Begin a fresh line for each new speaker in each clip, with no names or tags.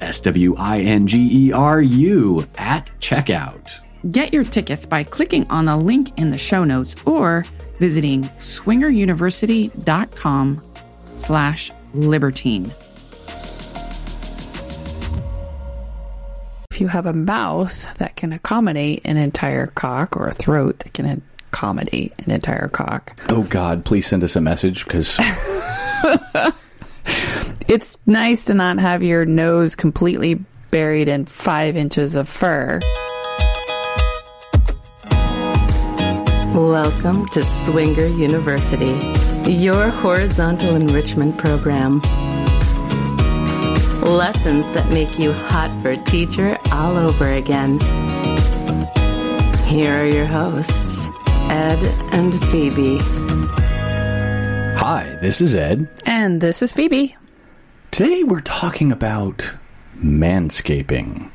S W I N G E R U, at checkout.
Get your tickets by clicking on the link in the show notes or visiting swingeruniversity.com slash libertine.
If you have a mouth that can accommodate an entire cock or a throat that can accommodate an entire cock,
Oh, God, please send us a message because
it's nice to not have your nose completely buried in five inches of fur.
Welcome to Swinger University, your horizontal enrichment program. Lessons that make you hot for teacher all over again. Here are your hosts, Ed and Phoebe.
Hi, this is Ed.
And this is Phoebe.
Today we're talking about manscaping.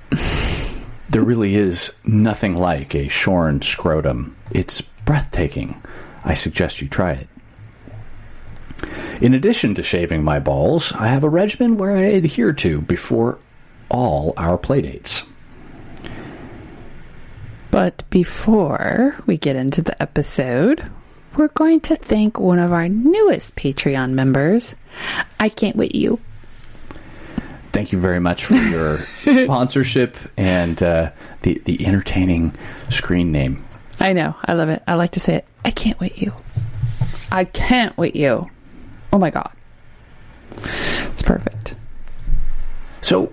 there really is nothing like a shorn scrotum. It's breathtaking. I suggest you try it. In addition to shaving my balls, I have a regimen where I adhere to before all our playdates.
But before we get into the episode, we're going to thank one of our newest Patreon members. I can't wait you.
Thank you very much for your sponsorship and uh, the the entertaining screen name.
I know. I love it. I like to say it. I can't wait you. I can't wait you. Oh my God. It's perfect.
So,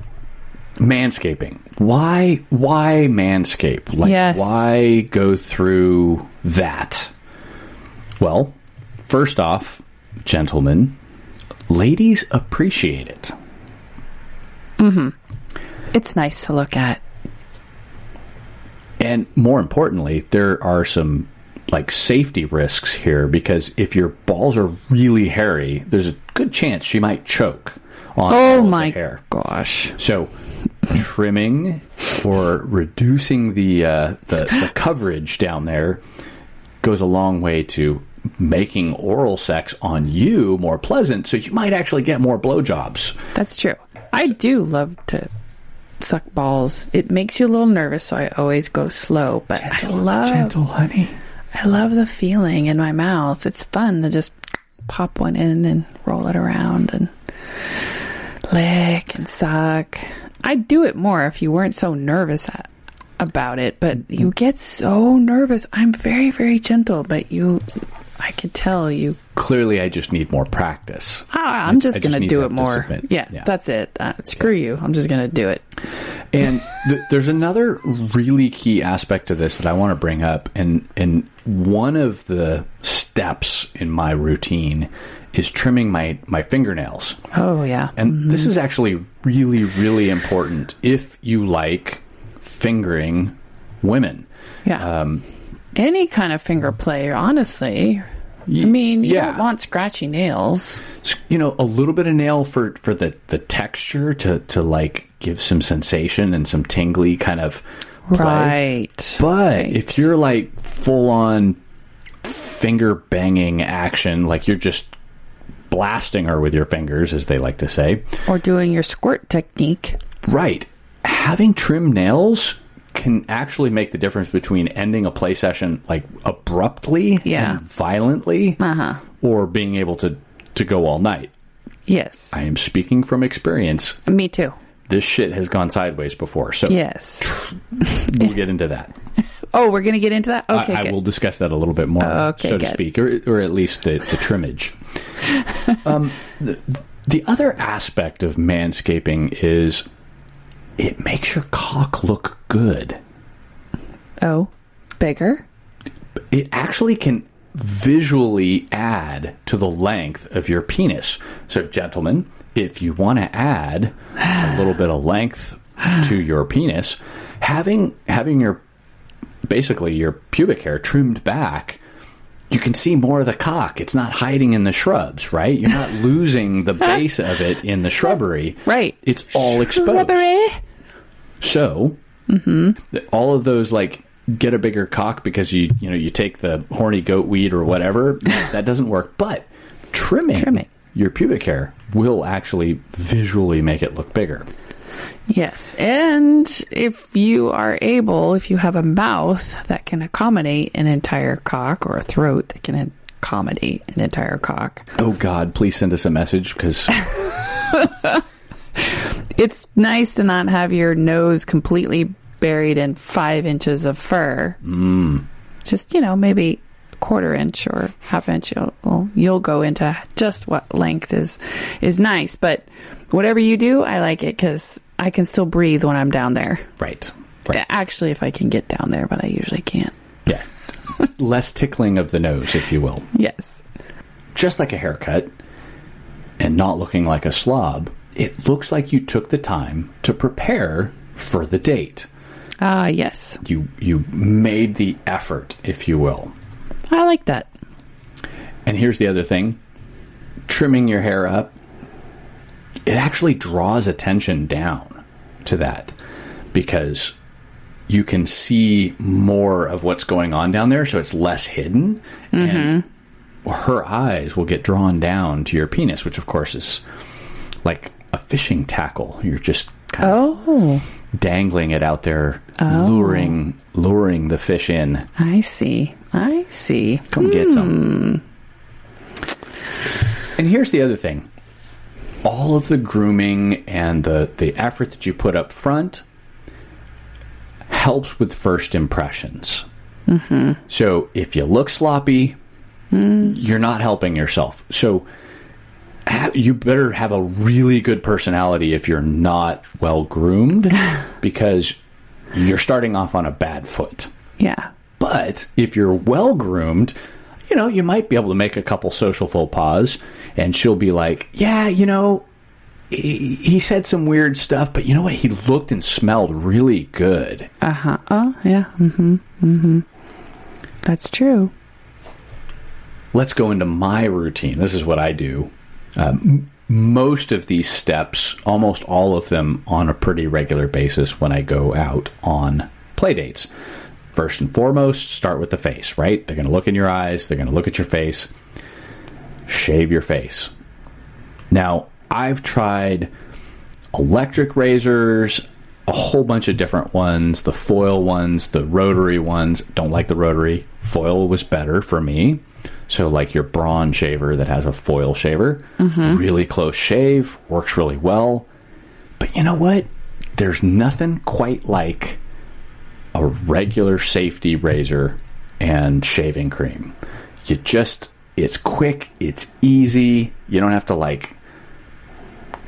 manscaping. Why? Why manscape? Like,
Yes.
why go through that? Well, first off, gentlemen, ladies appreciate it.
It's nice to look at.
And more importantly, there are some like safety risks here because if your balls are really hairy, there's a good chance she might choke on all
Oh
of the
my
hair.
gosh.
So, trimming or reducing the, uh, the the coverage down there goes a long way to making oral sex on you more pleasant. So you might actually get more blowjobs.
That's true. I do love to suck balls. It makes you a little nervous, so I always go slow, but I love
honey.
I love the feeling in my mouth. It's fun to just pop one in and roll it around and lick and suck. I'd do it more if you weren't so nervous a about it, but
Mm-hmm.
you get so nervous. I'm very, very gentle, but you, I could tell you.
Clearly, I just need more practice.
Ah, I'm just
I just
gonna
need
do
to
it
have to
more.
submit.
yeah,
Yeah.
that's it. Uh, screw you. I'm just gonna do it.
And th- there's another really key aspect to this that I want to bring up, and and one of the steps in my routine is trimming my my fingernails.
Oh yeah.
And this is actually really, really important if you like fingering women.
Yeah.
um,
Any kind of finger play, honestly. I mean, you
yeah.
don't want scratchy nails.
S- You know, a little bit of nail for, for the, the texture to, to like give some sensation and some tingly kind of play.
Right.
But if you're like full on finger banging action, like you're just blasting her with your fingers, as they like to say.
Or doing your squirt technique.
Right. Having trim nails can actually make the difference between ending a play session like abruptly
Yeah. Uh-huh.
and violently or being able to to go all night.
Yes.
I am speaking from experience.
Me too.
This shit has gone sideways before, so
Yes.
we'll get into that.
Oh, we're going to get into that? Okay.
I, I
good.
will discuss that a little bit more,
Okay,
so to
good.
speak, or, or at least the, the trimmage. um, the, the other aspect of manscaping is it makes your cock look good.
Oh, bigger?
It actually can visually add to the length of your penis. So, gentlemen, if you want to add a little bit of length to your penis, having having your basically your pubic hair trimmed back you can see more of the cock. It's not hiding in the shrubs, right? You're not losing the base of it in the shrubbery.
Right.
It's all exposed.
Rubbery?
So, th- all of those like get a bigger cock because you you know you take the horny goat weed or whatever that doesn't work. But trimming,
Trimming.
your pubic hair will actually visually make it look bigger.
Yes. And if you are able, if you have a mouth that can accommodate an entire cock or a throat that can accommodate an entire cock,
Oh God, please send us a message because
it's nice to not have your nose completely buried in five inches of fur. Mm. Just, you know, maybe a quarter inch or half inch you'll, you'll go into just what length is is nice but whatever you do i like it because i can still breathe when i'm down there
right, right,
Actually, if I can get down there, but I usually can't.
yeah, less tickling of the nose, if you will.
Yes.
just like a haircut and not looking like a slob, it looks like you took the time to prepare for the date.
Ah, yes.
You you made the effort, if you will.
I like that.
And here's the other thing. Trimming your hair up, it actually draws attention down to that because you can see more of what's going on down there, so it's less hidden. And her eyes will get drawn down to your penis, which of course is like a fishing tackle. You're just kind
Oh,
of dangling it out there, luring luring the fish in.
I see. I see.
Come get some. Hmm. And here's the other thing. All of the grooming and the, the effort that you put up front helps with first impressions. Mm-hmm. So if you look sloppy, you're not helping yourself. So ha- you better have a really good personality if you're not well groomed because you're starting off on a bad foot.
Yeah.
But if you're well groomed, you know, you might be able to make a couple social faux pas, and she'll be like, yeah, you know, he, he said some weird stuff, but you know what? He looked and smelled really good.
Uh huh. Oh, yeah. Mm hmm. Mm hmm. That's true.
Let's go into my routine. This is what I do. Um, m- most of these steps, almost all of them, on a pretty regular basis when I go out on play dates. First and foremost, start with the face, right? They're going to look in your eyes, they're going to look at your face. shave your face. Now, I've tried electric razors, a whole bunch of different ones, the foil ones, the rotary ones. Don't like the rotary. Foil was better for me. So, like your brawn shaver that has a foil shaver, really close shave, works really well. But you know what? There's nothing quite like a regular safety razor and shaving cream. You just, it's quick, it's easy. You don't have to like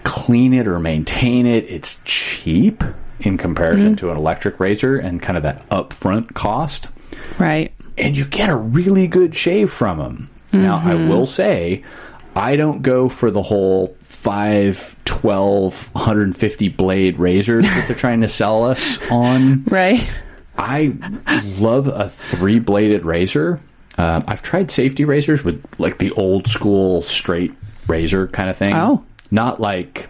clean it or maintain it. It's cheap in comparison to an electric razor and kind of that upfront cost
Right.
and you get a really good shave from them. Now, I will say, I don't go for the whole 5, 12, 150 blade razors that they're trying to sell us on.
Right.
I love a three bladed razor. Um, I've tried safety razors with like the old school straight razor kind of thing.
Oh.
not like,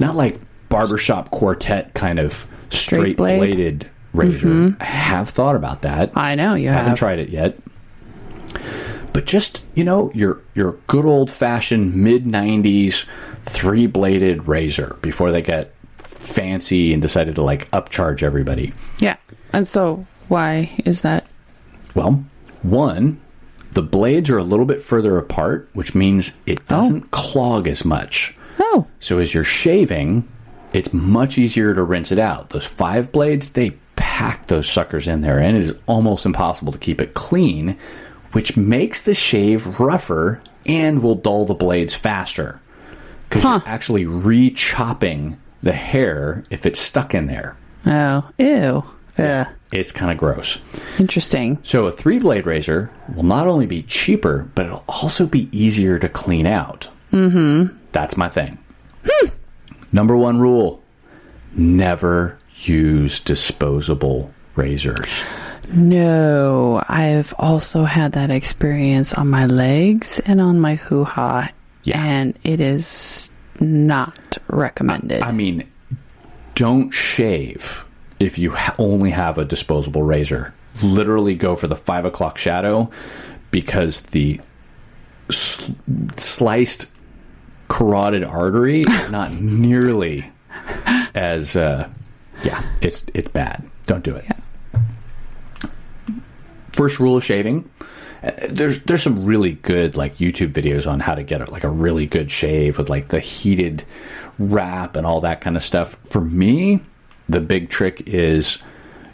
not like barbershop quartet kind of straight
blade?
bladed razor. I have thought about that.
I know you
I haven't
have.
tried it yet. but just you know your your good old fashioned mid '90s three bladed razor before they got fancy and decided to like upcharge everybody.
Yeah. And so why is that?
Well, one, the blades are a little bit further apart, which means it doesn't clog as much.
Oh,
So as you're shaving, it's much easier to rinse it out. Those five blades, they pack those suckers in there, and it is almost impossible to keep it clean, which makes the shave rougher and will dull the blades faster. Because
Huh.
you're actually re chopping the hair if it's stuck in there.
oh, ew. Yeah.
It's kind of gross.
Interesting.
So a three blade razor will not only be cheaper, but it'll also be easier to clean out. Mm-hmm. That's my thing. Number one rule: never use disposable razors.
No, I've also had that experience on my legs and on my hoo ha.
Yeah.
And it is not recommended.
I mean, don't shave if you ha- only have a disposable razor. Literally, go for the five o'clock shadow because the sl- sliced carotid artery is not nearly as uh, yeah. It's it's bad. Don't do it. First rule of shaving. Uh, There's there's some really good like YouTube videos on how to get like a really good shave with like the heated wrap and all that kind of stuff. For me, the big trick is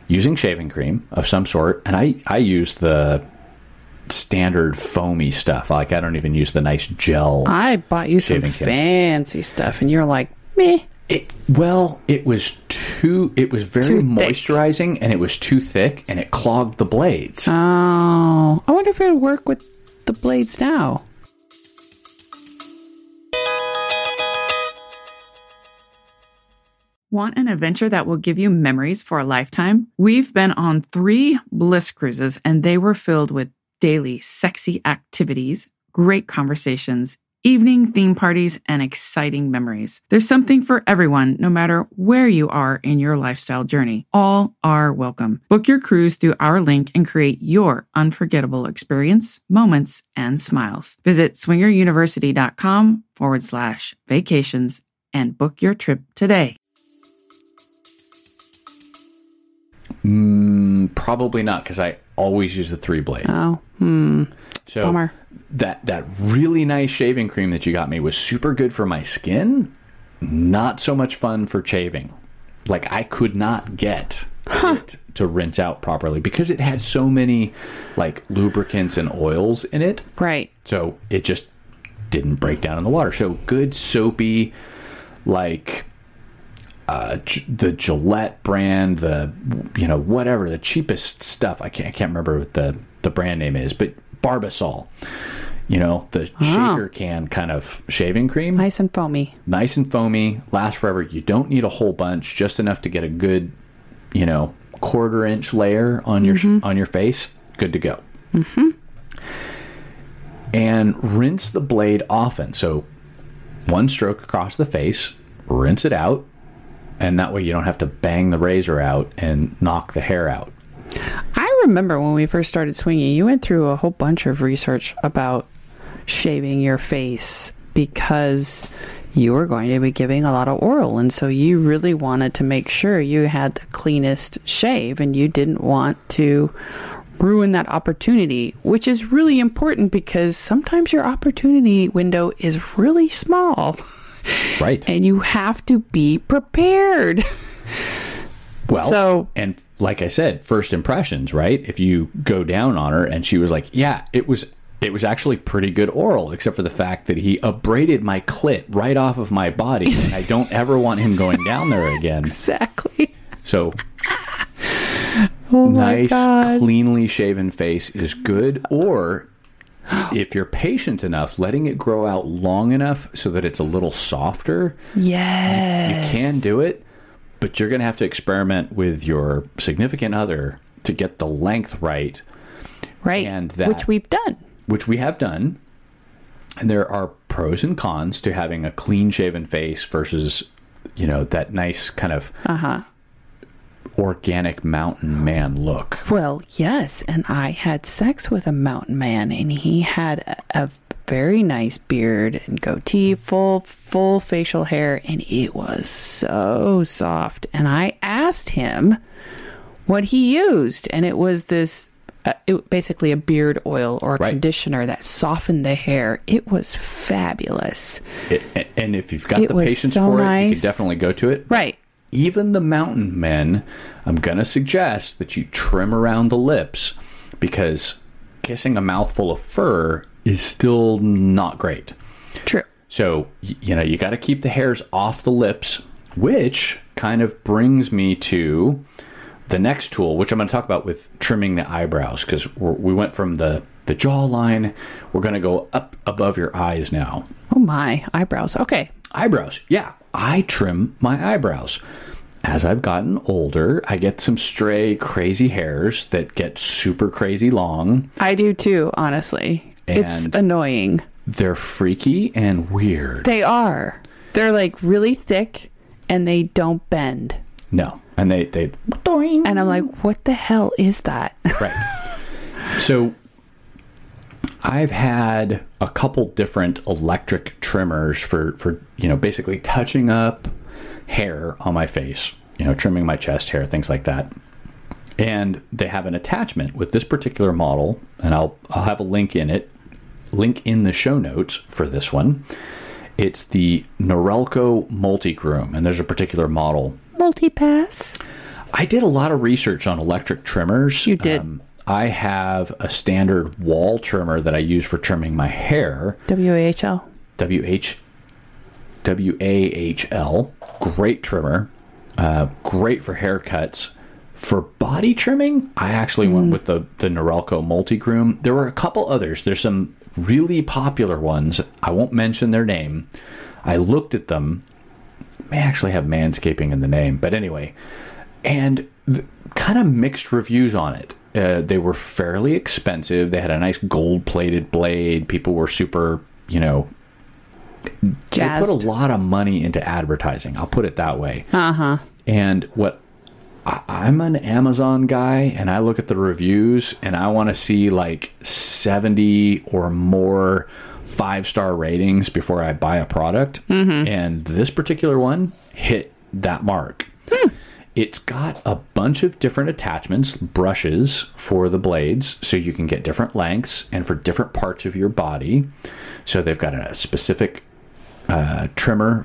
using shaving cream of some sort, and I I use the standard foamy stuff. Like I don't even use the nice gel.
I bought you some
Shaving kit.
fancy stuff, and you're like, meh.
It, well, it was too. It was very
Too thick.
moisturizing, and it was too thick, and it clogged the blades.
Oh, I wonder if it would work with the blades now.
Want an adventure that will give you memories for a lifetime? We've been on three bliss cruises, and they were filled with daily sexy activities, great conversations, evening theme parties, and exciting memories. There's something for everyone, no matter where you are in your lifestyle journey. All are welcome. Book your cruise through our link and create your unforgettable experience, moments, and smiles. Visit swingeruniversity.com forward slash vacations and book your trip today.
Mm, probably not, because I always use the three blade.
Oh, hmm.
so
bummer.
that that really nice shaving cream that you got me was super good for my skin. Not so much fun for shaving. Like I could not get it to rinse out properly because it had so many like lubricants and oils in it.
Right.
So it just didn't break down in the water. So good soapy, like uh, G- the Gillette brand, the you know whatever the cheapest stuff. I can't, I can't remember what the the brand name is, but Barbasol. You know the shaker can kind of shaving cream,
Nice and foamy.
nice and foamy, lasts forever. You don't need a whole bunch, just enough to get a good, you know, quarter inch layer on your on your face. Good to go and rinse the blade often. So, one stroke across the face, rinse it out, and that way you don't have to bang the razor out and knock the hair out.
I remember when we first started swinging, you went through a whole bunch of research about shaving your face because you were going to be giving a lot of oral. And so you really wanted to make sure you had the cleanest shave and you didn't want to ruin that opportunity, which is really important because sometimes your opportunity window is really small
Right.
and you have to be prepared.
Well,
So-
and like I said, first impressions, right? If you go down on her and she was like, "Yeah, it was it was actually pretty good oral except for the fact that he abraded my clit right off of my body and I don't ever want him going down there again."
Exactly.
So
Oh
nice,
my God.
cleanly shaven face is good. Or if you're patient enough, letting it grow out long enough so that it's a little softer,
Yes.
you can do it, but you're going to have to experiment with your significant other to get the length right,
right
and that.
which we've done
which we have done. And there are pros and cons to having a clean shaven face versus, you know, that nice kind of
uh-huh
organic mountain man look.
Well, yes, and I had sex with a mountain man, and he had a, a very nice beard and goatee, full full facial hair, and it was so soft. And I asked him what he used, and it was this. Uh, it, basically a beard oil or
Right.
conditioner that softened the hair. It was fabulous.
It, a- and if you've got
It
the
was
patience
so
for it, you
nice.
can definitely go to it.
Right.
Even the mountain men, I'm going to suggest that you trim around the lips because kissing a mouthful of fur is still not great.
True.
So, y- you know, you got to keep the hairs off the lips, which kind of brings me to the next tool, which I'm going to talk about with trimming the eyebrows because we went from the, the jawline. We're going to go up above your eyes now.
Oh my eyebrows. Okay.
Eyebrows. Yeah, I trim my eyebrows. As I've gotten older, I get some stray crazy hairs that get super crazy long.
I do too, honestly. it's
And-
annoying.
They're freaky and weird.
They are. They're like really thick and they don't bend.
no. And they, they
And I'm like, what the hell is that?
Right. so I've had a couple different electric trimmers for for you know basically touching up hair on my face, you know, trimming my chest hair, things like that. And they have an attachment with this particular model, and I'll I'll have a link in it, link in the show notes for this one. It's the Norelco Multi Groom, and there's a particular model
Multipass?
I did a lot of research on electric trimmers. Um,
You did.
I have a standard wall trimmer that I use for trimming my hair.
WAHL.
W H W A H L. Great trimmer. Uh, great for haircuts. For body trimming, I actually
Mm.
went with the the Norelco Multi Groom. There were a couple others. There's some really popular ones. I won't mention their name. I looked at them. May actually have manscaping in the name, but anyway, and th- kind of mixed reviews on it. Uh, they were fairly expensive. They had a nice gold plated blade. People were super, you know, they put
Jazzed.
a lot of money into advertising. I'll put it that way. Uh huh. And what I, I'm an Amazon guy, and I look at the reviews, and I want to see like 70 or more five star ratings before I buy a product. And this particular one hit that mark. It's got a bunch of different attachments, brushes for the blades, so you can get different lengths and for different parts of your body. So they've got a specific uh, trimmer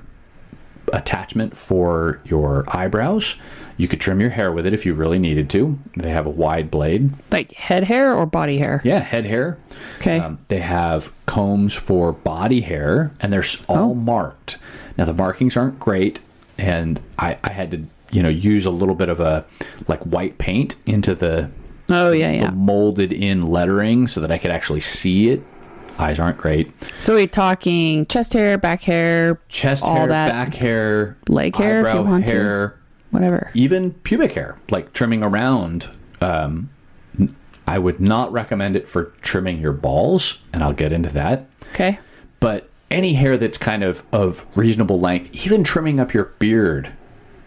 attachment for your eyebrows. You could trim your hair with it if you really needed to. They have a wide blade.
Like head hair or body hair?
Yeah, head hair.
Okay.
Um, they have combs for body hair, and they're
Oh.
s- all marked. Now the markings aren't great, and I, I had to you know use a little bit of a like white paint into the
oh, yeah,
the
yeah.
molded in lettering so that I could actually see it. Eyes aren't great.
So we're talking chest hair, back hair,
Chest
all
hair,
that,
back hair,
leg hair if
eyebrow
you want to.
hair.
whatever.
even pubic hair, like trimming around. Um, n- I would not recommend it for trimming your balls, and I'll get into that.
Okay.
But any hair that's kind of of reasonable length, even trimming up your beard,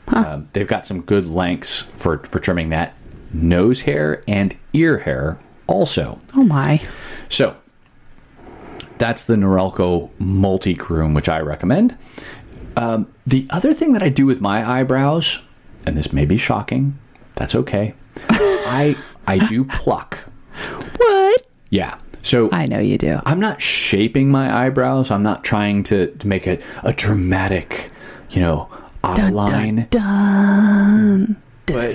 um, they've got some good lengths for for trimming that nose hair and ear hair also.
Oh, my.
So that's the Norelco multi groom, which I recommend. Um, the other thing that I do with my eyebrows, and this may be shocking, that's okay. I I do pluck.
What?
Yeah. So
I know you do.
I'm not shaping my eyebrows. I'm not trying to, to make a, a dramatic, you know, eye line. But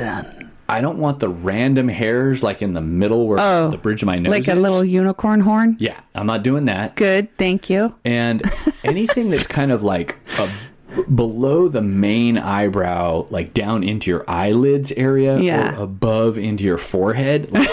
I don't want the random hairs like in the middle where the bridge of my nose
Oh, Like a
is.
little unicorn horn?
Yeah, I'm not doing that.
Good. Thank you.
and anything that's kind of like a, below the main eyebrow, like down into your eyelids area,
Yeah.
or above into your forehead, like,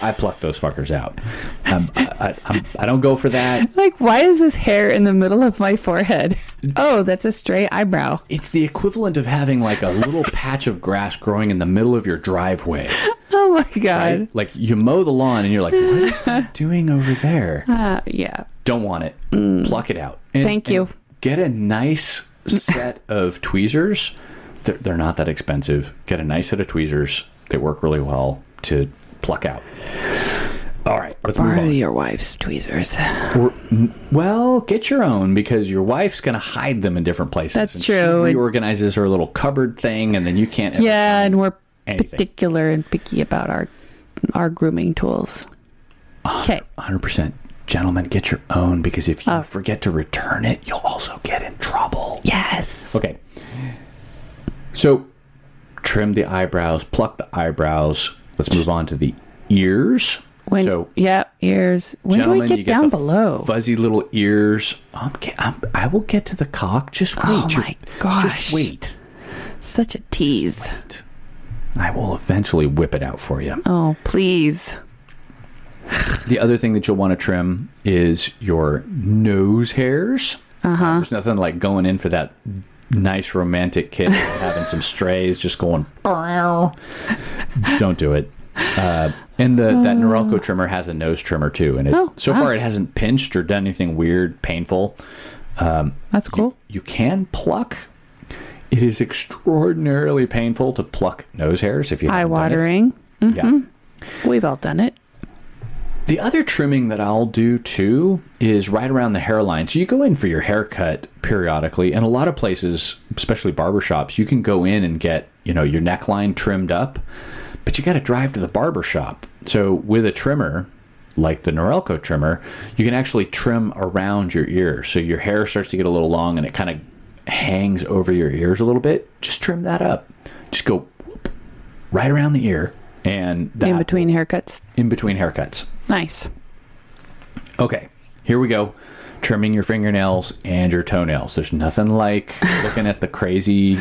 I pluck those fuckers out. Um, I, I, I'm, I don't go for that.
Like, why is this hair in the middle of my forehead? Oh, that's a stray eyebrow.
It's the equivalent of having like a little patch of grass growing in the middle of your driveway.
Oh my god.
right? Like you mow the lawn and you're like, what is that doing over there?
Uh, yeah.
Don't want it.
Mm.
Pluck it out.
Thank you.
Get a nice set of tweezers They're, they're not that expensive. Get a nice set of tweezers. They work really well to pluck out. All right, let's move
Borrow
on.
your wife's tweezers.
Or- m- well, get your own because your wife's going to hide them in different places.
That's
And
true.
She reorganizes her little cupboard thing, and then you can't. ever
Yeah, and we're
anything.
particular and picky about our our grooming tools. Okay.
100%. Gentlemen, get your own because if you
Oh.
forget to return it, you'll also get in trouble.
Yes.
Okay. So, trim the eyebrows, pluck the eyebrows. Let's move on to the ears.
When
so,
yeah, ears. When do
gentlemen,
we
you
get down
the
below?
Fuzzy little ears. I'm, ge- I'm, I will get to the cock. Just wait.
Oh
You're-
my
Just
gosh.
wait.
Such a tease.
I will eventually whip it out for you.
Oh, please.
The other thing that you'll want to trim is your nose hairs.
Uh-huh.
Uh, there's nothing like going in for that nice romantic kiss, having some strays, just going. "Bow." Don't do it. Uh, and the, that Norelco trimmer has a nose trimmer too, and it,
Uh. Oh,
so
wow.
far it hasn't pinched or done anything weird, painful.
That's cool.
You can pluck. It is extraordinarily painful to pluck nose hairs if you
Eye
haven't done it.
watering. Mm-hmm.
Yeah.
We've all done it.
The other trimming that I'll do too is right around the hairline. So you go in for your haircut periodically, and a lot of places, especially barbershops, you can go in and get, you know, your neckline trimmed up, but you got to drive to the barbershop. So with a trimmer, like the Norelco trimmer, you can actually trim around your ear. So your hair starts to get a little long and it kind of hangs over your ears a little bit. Just trim that up. Just go whoop, right around the ear and that
In between haircuts.
in between haircuts.
Nice.
Okay, here we go. Trimming your fingernails and your toenails. There's nothing like looking at the crazy,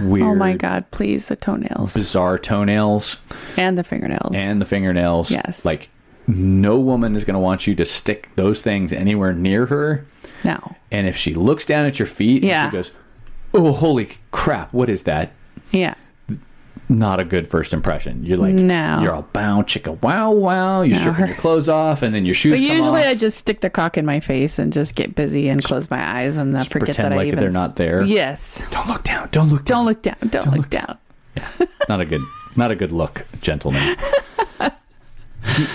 weird,
Oh my god, please the toenails
bizarre toenails
and the fingernails.
and the fingernails.
Yes.
Like, no woman is going to want you to stick those things anywhere near her.
now.
And if she looks down at your feet
Yeah.
and she goes, Oh, holy crap, what is that?
Yeah.
Not a good first impression. You're like,
No.
You're all bow, chicka, wow, wow. You're
No,
stripping
her-
your clothes off and then your shoes
But
come
usually
off.
I just stick the cock in my face and just get busy and close my eyes and then forget
pretend
that I
like
even
they're not there.
Yes.
Don't look down. Don't look down.
Don't look down. Don't, look down.
not a good not a good look, gentlemen. the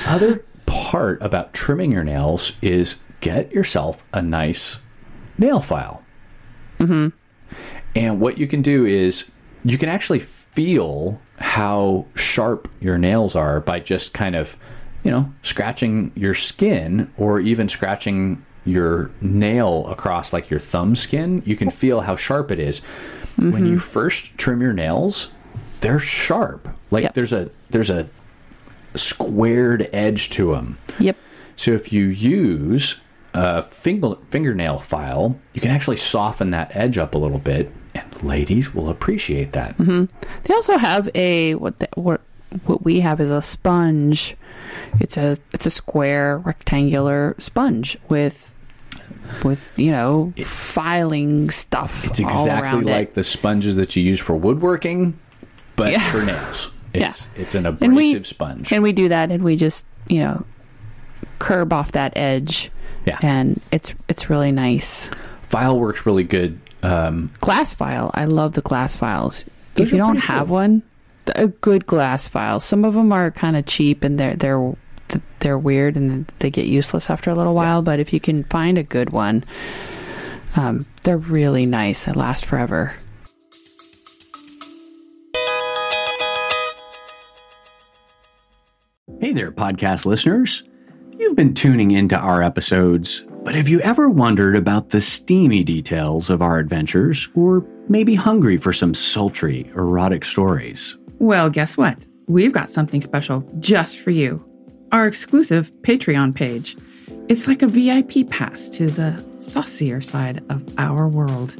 other part about trimming your nails is get yourself a nice nail file. Mm-hmm. And what you can do is you can actually feel how sharp your nails are by just kind of, you know, scratching your skin or even scratching your nail across like your thumb skin. You can feel how sharp it is. When you first trim your nails, they're sharp. Like
Yep.
there's a there's a squared edge to them.
Yep.
So if you use a finger, fingernail file, you can actually soften that edge up a little bit, and ladies will appreciate that.
Mm-hmm. They also have a what the, what what we have is a sponge. It's a it's a square rectangular sponge with with you know filing stuff
It's
all
exactly
around
like
it.
the sponges that you use for woodworking, but
Yeah.
for nails.
Yeah.
It's it's an abrasive
And we-
sponge.
And we do that, and we just you know curb off that edge,
yeah,
and it's it's really nice.
file works really good. Um,
Glass file, I love the glass files.
Those
if you
are
don't
pretty
have
cool.
one, th- a good glass file. Some of them are kind of cheap, and they're they're th- they're weird, and they get useless after a little while. But if you can find a good one, um, they're really nice. They last forever.
Hey there, podcast listeners. You've been tuning into our episodes, but have you ever wondered about the steamy details of our adventures, or maybe hungry for some sultry, erotic stories?
Well, guess what? We've got something special just for you our exclusive Patreon page. It's like a VIP pass to the saucier side of our world.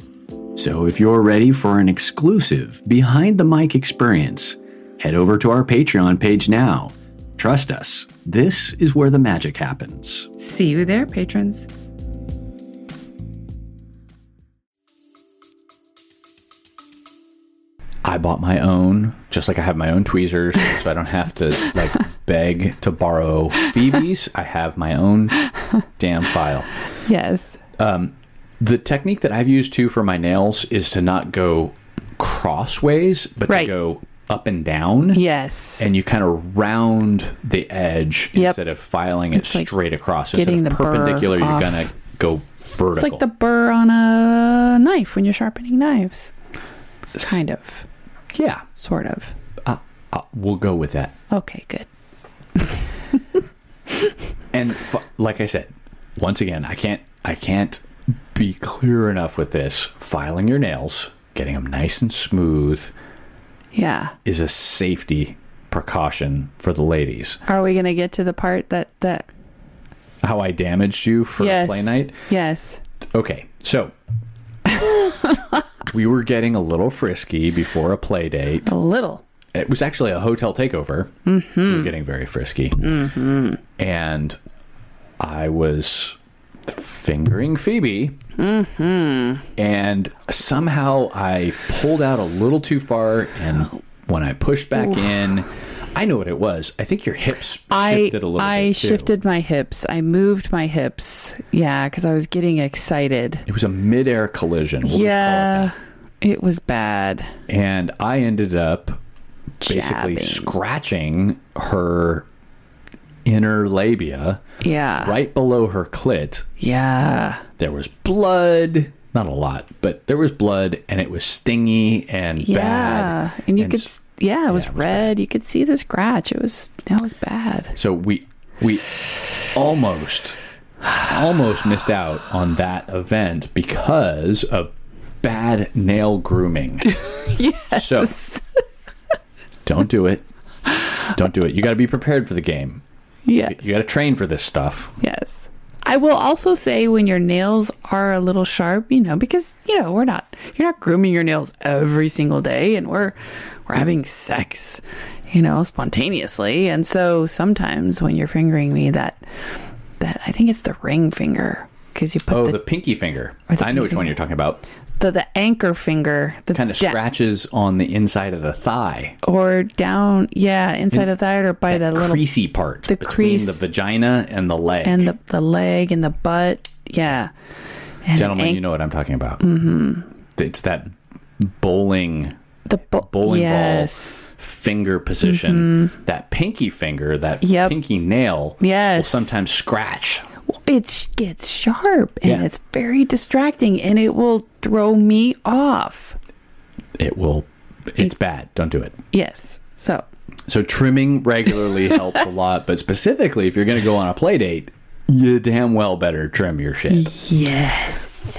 So if you're ready for an exclusive behind the mic experience, head over to our Patreon page now. Trust us, this is where the magic happens.
See you there, patrons.
I bought my own, just like I have my own tweezers, so I don't have to like beg to borrow Phoebe's. I have my own damn file.
Yes.
The technique that I've used too for my nails is to not go crossways, but
Right.
they go up and down.
Yes.
And you kind of round the edge
Yep.
instead of filing it
It's like
straight across.
getting
Instead
the
of
burr
perpendicular, you're
off.
gonna go vertical.
It's like the burr on a knife when you're sharpening knives. Kind of.
yeah.
Sort of.
Uh, uh, we'll go with that.
Okay, good.
and f- like I said, once again, I can't I can't be clear enough with this. Filing your nails, getting them nice and smooth,
Yeah.
is a safety precaution for the ladies.
Are we going to get to the part that that
How I damaged you for
yes.
play night?
Yes.
Okay, so we were getting a little frisky before a play date.
A little.
it was actually a hotel takeover. Mm-hmm. We were getting very frisky. Mm-hmm. And I was fingering Phoebe. Mm-hmm. And somehow I pulled out a little too far. And when I pushed back in, I know what it was. I think your hips shifted
I
a little
I
bit. too.
shifted my hips. I moved my hips. Yeah, cuz I was getting excited.
It was a midair collision. We'll just call it
yeah.
that.
It was bad.
And I ended up basically
Jabbing.
scratching her inner labia.
Yeah.
right below her clit,
Yeah.
there was blood. Not a lot, but there was blood, and it was stingy and
Yeah.
bad.
And you could
s-
s- yeah, it was
it was
red. You could see the scratch. It was that was bad.
so we we almost almost missed out on that event because of bad nail grooming. yes. So don't do it. Don't do it. You got to be prepared for the game.
Yes.
You got to train for this stuff.
Yes. I will also say when your nails are a little sharp, you know, because you know, we're not you're not grooming your nails every single day and we're we're having sex, you know, spontaneously. And so sometimes when you're fingering me that that I think it's the ring finger cuz you put
Oh,
the,
the,
the,
pinky finger.
Or the
I know
pinky
which one
finger.
you're talking about.
the anchor finger, the
Kind of
da-
scratches on the inside of the thigh.
or down, yeah, inside of the thigh or by the little
creasy part
the
between
crease-
the vagina and the leg.
and the the leg and the butt. Yeah. And Mm-hmm.
Gentlemen,
an-
you know what I'm talking about. It's that bowling
the bo-
bowling
yes. Mm-hmm.
ball finger position. That pinky finger, that
Yep.
pinky nail, will
Yes.
sometimes scratch.
it gets sharp and
Yeah.
it's very distracting and it will throw me off.
It will. It's bad. Don't do it.
Yes. So,
So trimming regularly helps a lot, but specifically if you're going to go on a play date, you damn well better trim your shit.
yes.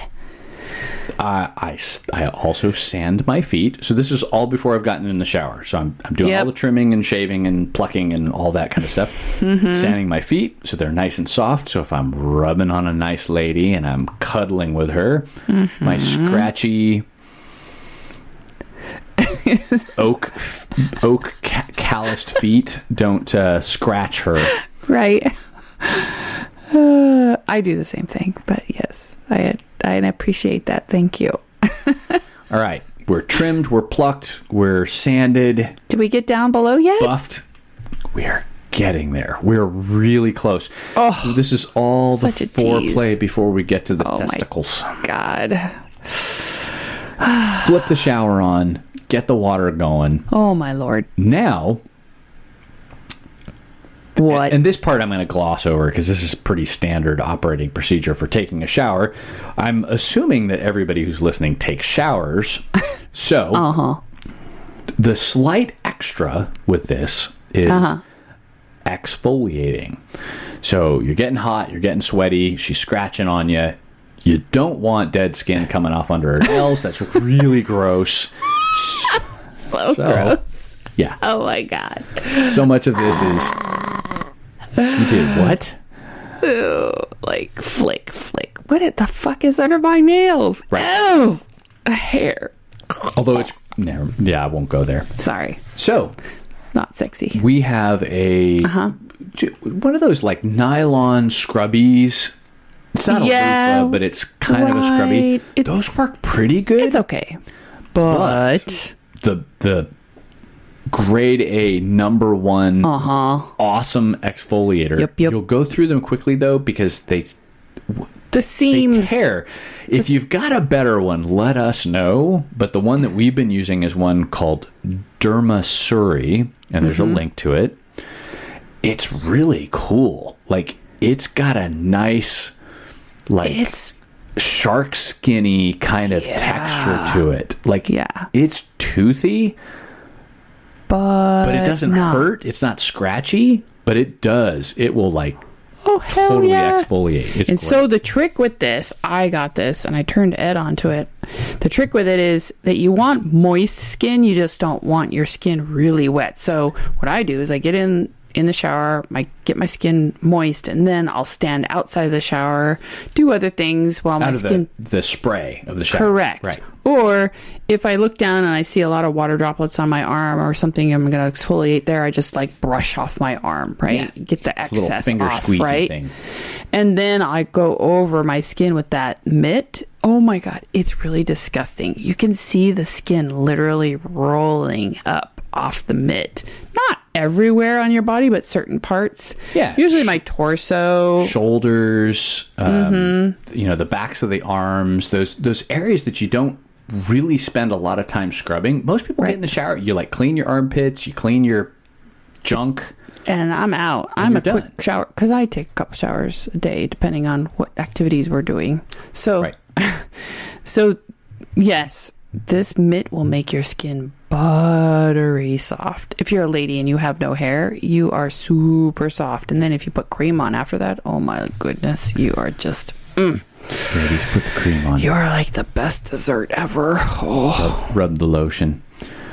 I, I s- I also sand my feet. So this is all before I've gotten in the shower. So I'm, I'm doing
Yep.
all the trimming and shaving and plucking and all that kind of stuff. Sanding my feet so they're nice and soft. So if I'm rubbing on a nice lady and I'm cuddling with her, my scratchy oak oak ca- calloused feet don't uh, scratch her.
Right. Uh, I do the same thing, but yes, I I appreciate that. Thank you.
All right, we're trimmed, we're plucked, we're sanded.
Did we get down below yet?
buffed. We are getting there. We're really close. Oh, this is all the
such a
foreplay
tease.
before we get to the
Oh my-
testicles.
God.
Flip the shower on, get the water going.
Oh my lord.
Now,
What?
and this part I'm going to gloss over because this is pretty standard operating procedure for taking a shower. I'm assuming that everybody who's listening takes showers. So,
Uh-huh.
the slight extra with this is
Uh-huh.
exfoliating. So you're getting hot, you're getting sweaty, she's scratching on you. You don't want dead skin coming off under her nails. That's really gross.
So,
So,
gross.
Yeah.
Oh my god.
So much of this is. You did what?
Ew. Like flick flick. What it- the fuck is under my nails?
Right.
Ew. A hair.
Although it's. No, yeah, I won't go there.
Sorry.
So
Not sexy.
we have a.
Uh-huh.
j- One of those like nylon scrubbies. It's not
Yeah,
a loofah, but it's kind of a scrubby.
right. It's-
Those work pretty good.
It's okay.
but the the grade A number one Uh-huh. awesome exfoliator.
Yep, yep.
You'll go through them quickly though because they
The seams.
They tear. If you've got a better one, let us know. But the one that we've been using is one called Derma Suri, and there's
Mm-hmm.
a link to it. It's really cool. Like it's got a nice, like
It's
shark skinny kind of texture to it. Like
Yeah.
it's toothy,
but
but it doesn't
not.
hurt. It's not scratchy, but it does. It will like
Oh hell
totally
yeah!
exfoliate. It's great.
And so the trick with this, I got this and I turned Ed onto it. The trick with it is that you want moist skin, you just don't want your skin really wet. So what I do is I get in in the shower, I get my skin moist and then I'll stand outside of the shower, do other things while my
out of
skin
the, the spray of the shower.
Correct.
Right.
Or if I look down and I see a lot of water droplets on my arm or something, I'm going to exfoliate there. I just like brush off my arm, right? Get the
little
excess
finger
off,
squeegee
right?
thing.
And then I go over my skin with that mitt. Oh my god, it's really disgusting. You can see the skin literally rolling up off the mitt. Not everywhere on your body, but certain parts.
Yeah.
Usually my torso.
Shoulders, um,
Mm-hmm.
you know, the backs of the arms, those those areas that you don't really spend a lot of time scrubbing. Most people get in the shower, you like clean your armpits, you clean your junk.
and I'm out. I'm
you're
a quick
done.
shower because I take a couple showers a day, depending on what activities we're doing. So,
Right.
so yes, this mitt will make your skin buttery soft. If you're a lady and you have no hair, you are super soft. And then if you put cream on after that, oh my goodness, you are just
Ladies, put the cream on.
you are like the best dessert ever. Oh
Rub the lotion.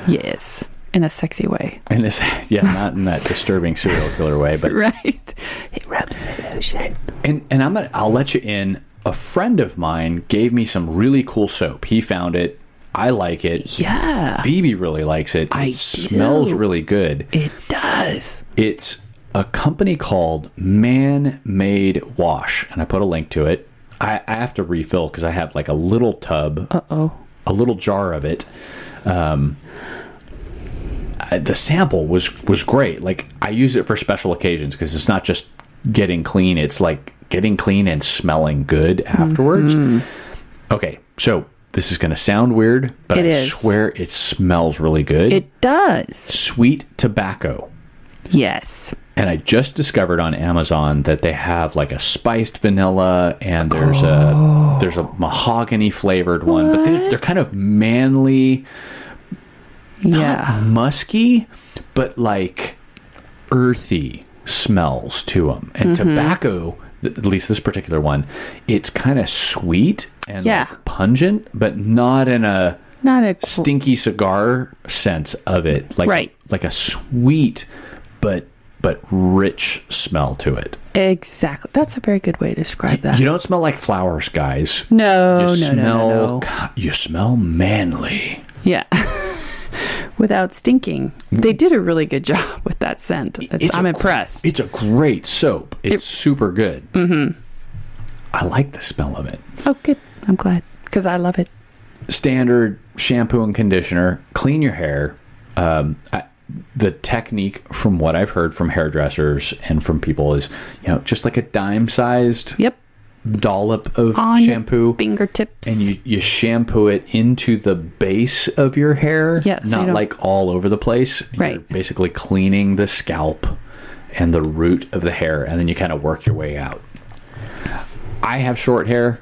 yes, in a sexy way,
And it's yeah, not in that disturbing serial killer way, but
right? It rubs the lotion.
and and I'm gonna I'll let you in. A friend of mine gave me some really cool soap. He found it. I like it.
Yeah,
Phoebe really likes it.
I
it smells
do.
really good.
it does.
It's a company called Man Made Wash, and I put a link to it. I, I have to refill because I have like a little tub,
Uh oh.
a little jar of it. Um, I- the sample was was great. Like I use it for special occasions because it's not just getting clean; it's like getting clean and smelling good afterwards.
Mm-hmm.
Okay, so this is going to sound weird, but
It
I
is.
swear it smells really good.
It does.
Sweet tobacco.
Yes.
And I just discovered on Amazon that they have like a spiced vanilla and there's
Oh.
a there's a mahogany flavored one, but they're, they're kind of manly,
Yeah.
musky, but like earthy smells to them. And
Mm-hmm.
tobacco, th- at least this particular one, it's kind of sweet and
Yeah.
like pungent, but not in a
Not a cool-
stinky cigar sense of it, like
Right.
like a sweet but but rich smell to it.
exactly. That's a very good way to describe that.
You don't smell like flowers, guys.
no,
you
no,
smell
no, no, no.
co- you smell manly.
Yeah. Without stinking. They did a really good job with that scent. It's-
a
I'm
gr-
impressed.
It's a great soap. It's super good. Mm-hmm. I like the smell of it.
oh, good. I'm glad because I love it.
standard shampoo and conditioner. Clean your hair. Um, I, the technique, from what I've heard from hairdressers and from people, is you know just like a dime-sized
Yep.
dollop of
On your
shampoo,
Fingertips.
and you you shampoo it into the base of your hair,
Yeah, so you
not
don't-
like all over the place. You're
Right.
basically cleaning the scalp and the root of the hair, and then you kind of work your way out. I have short hair.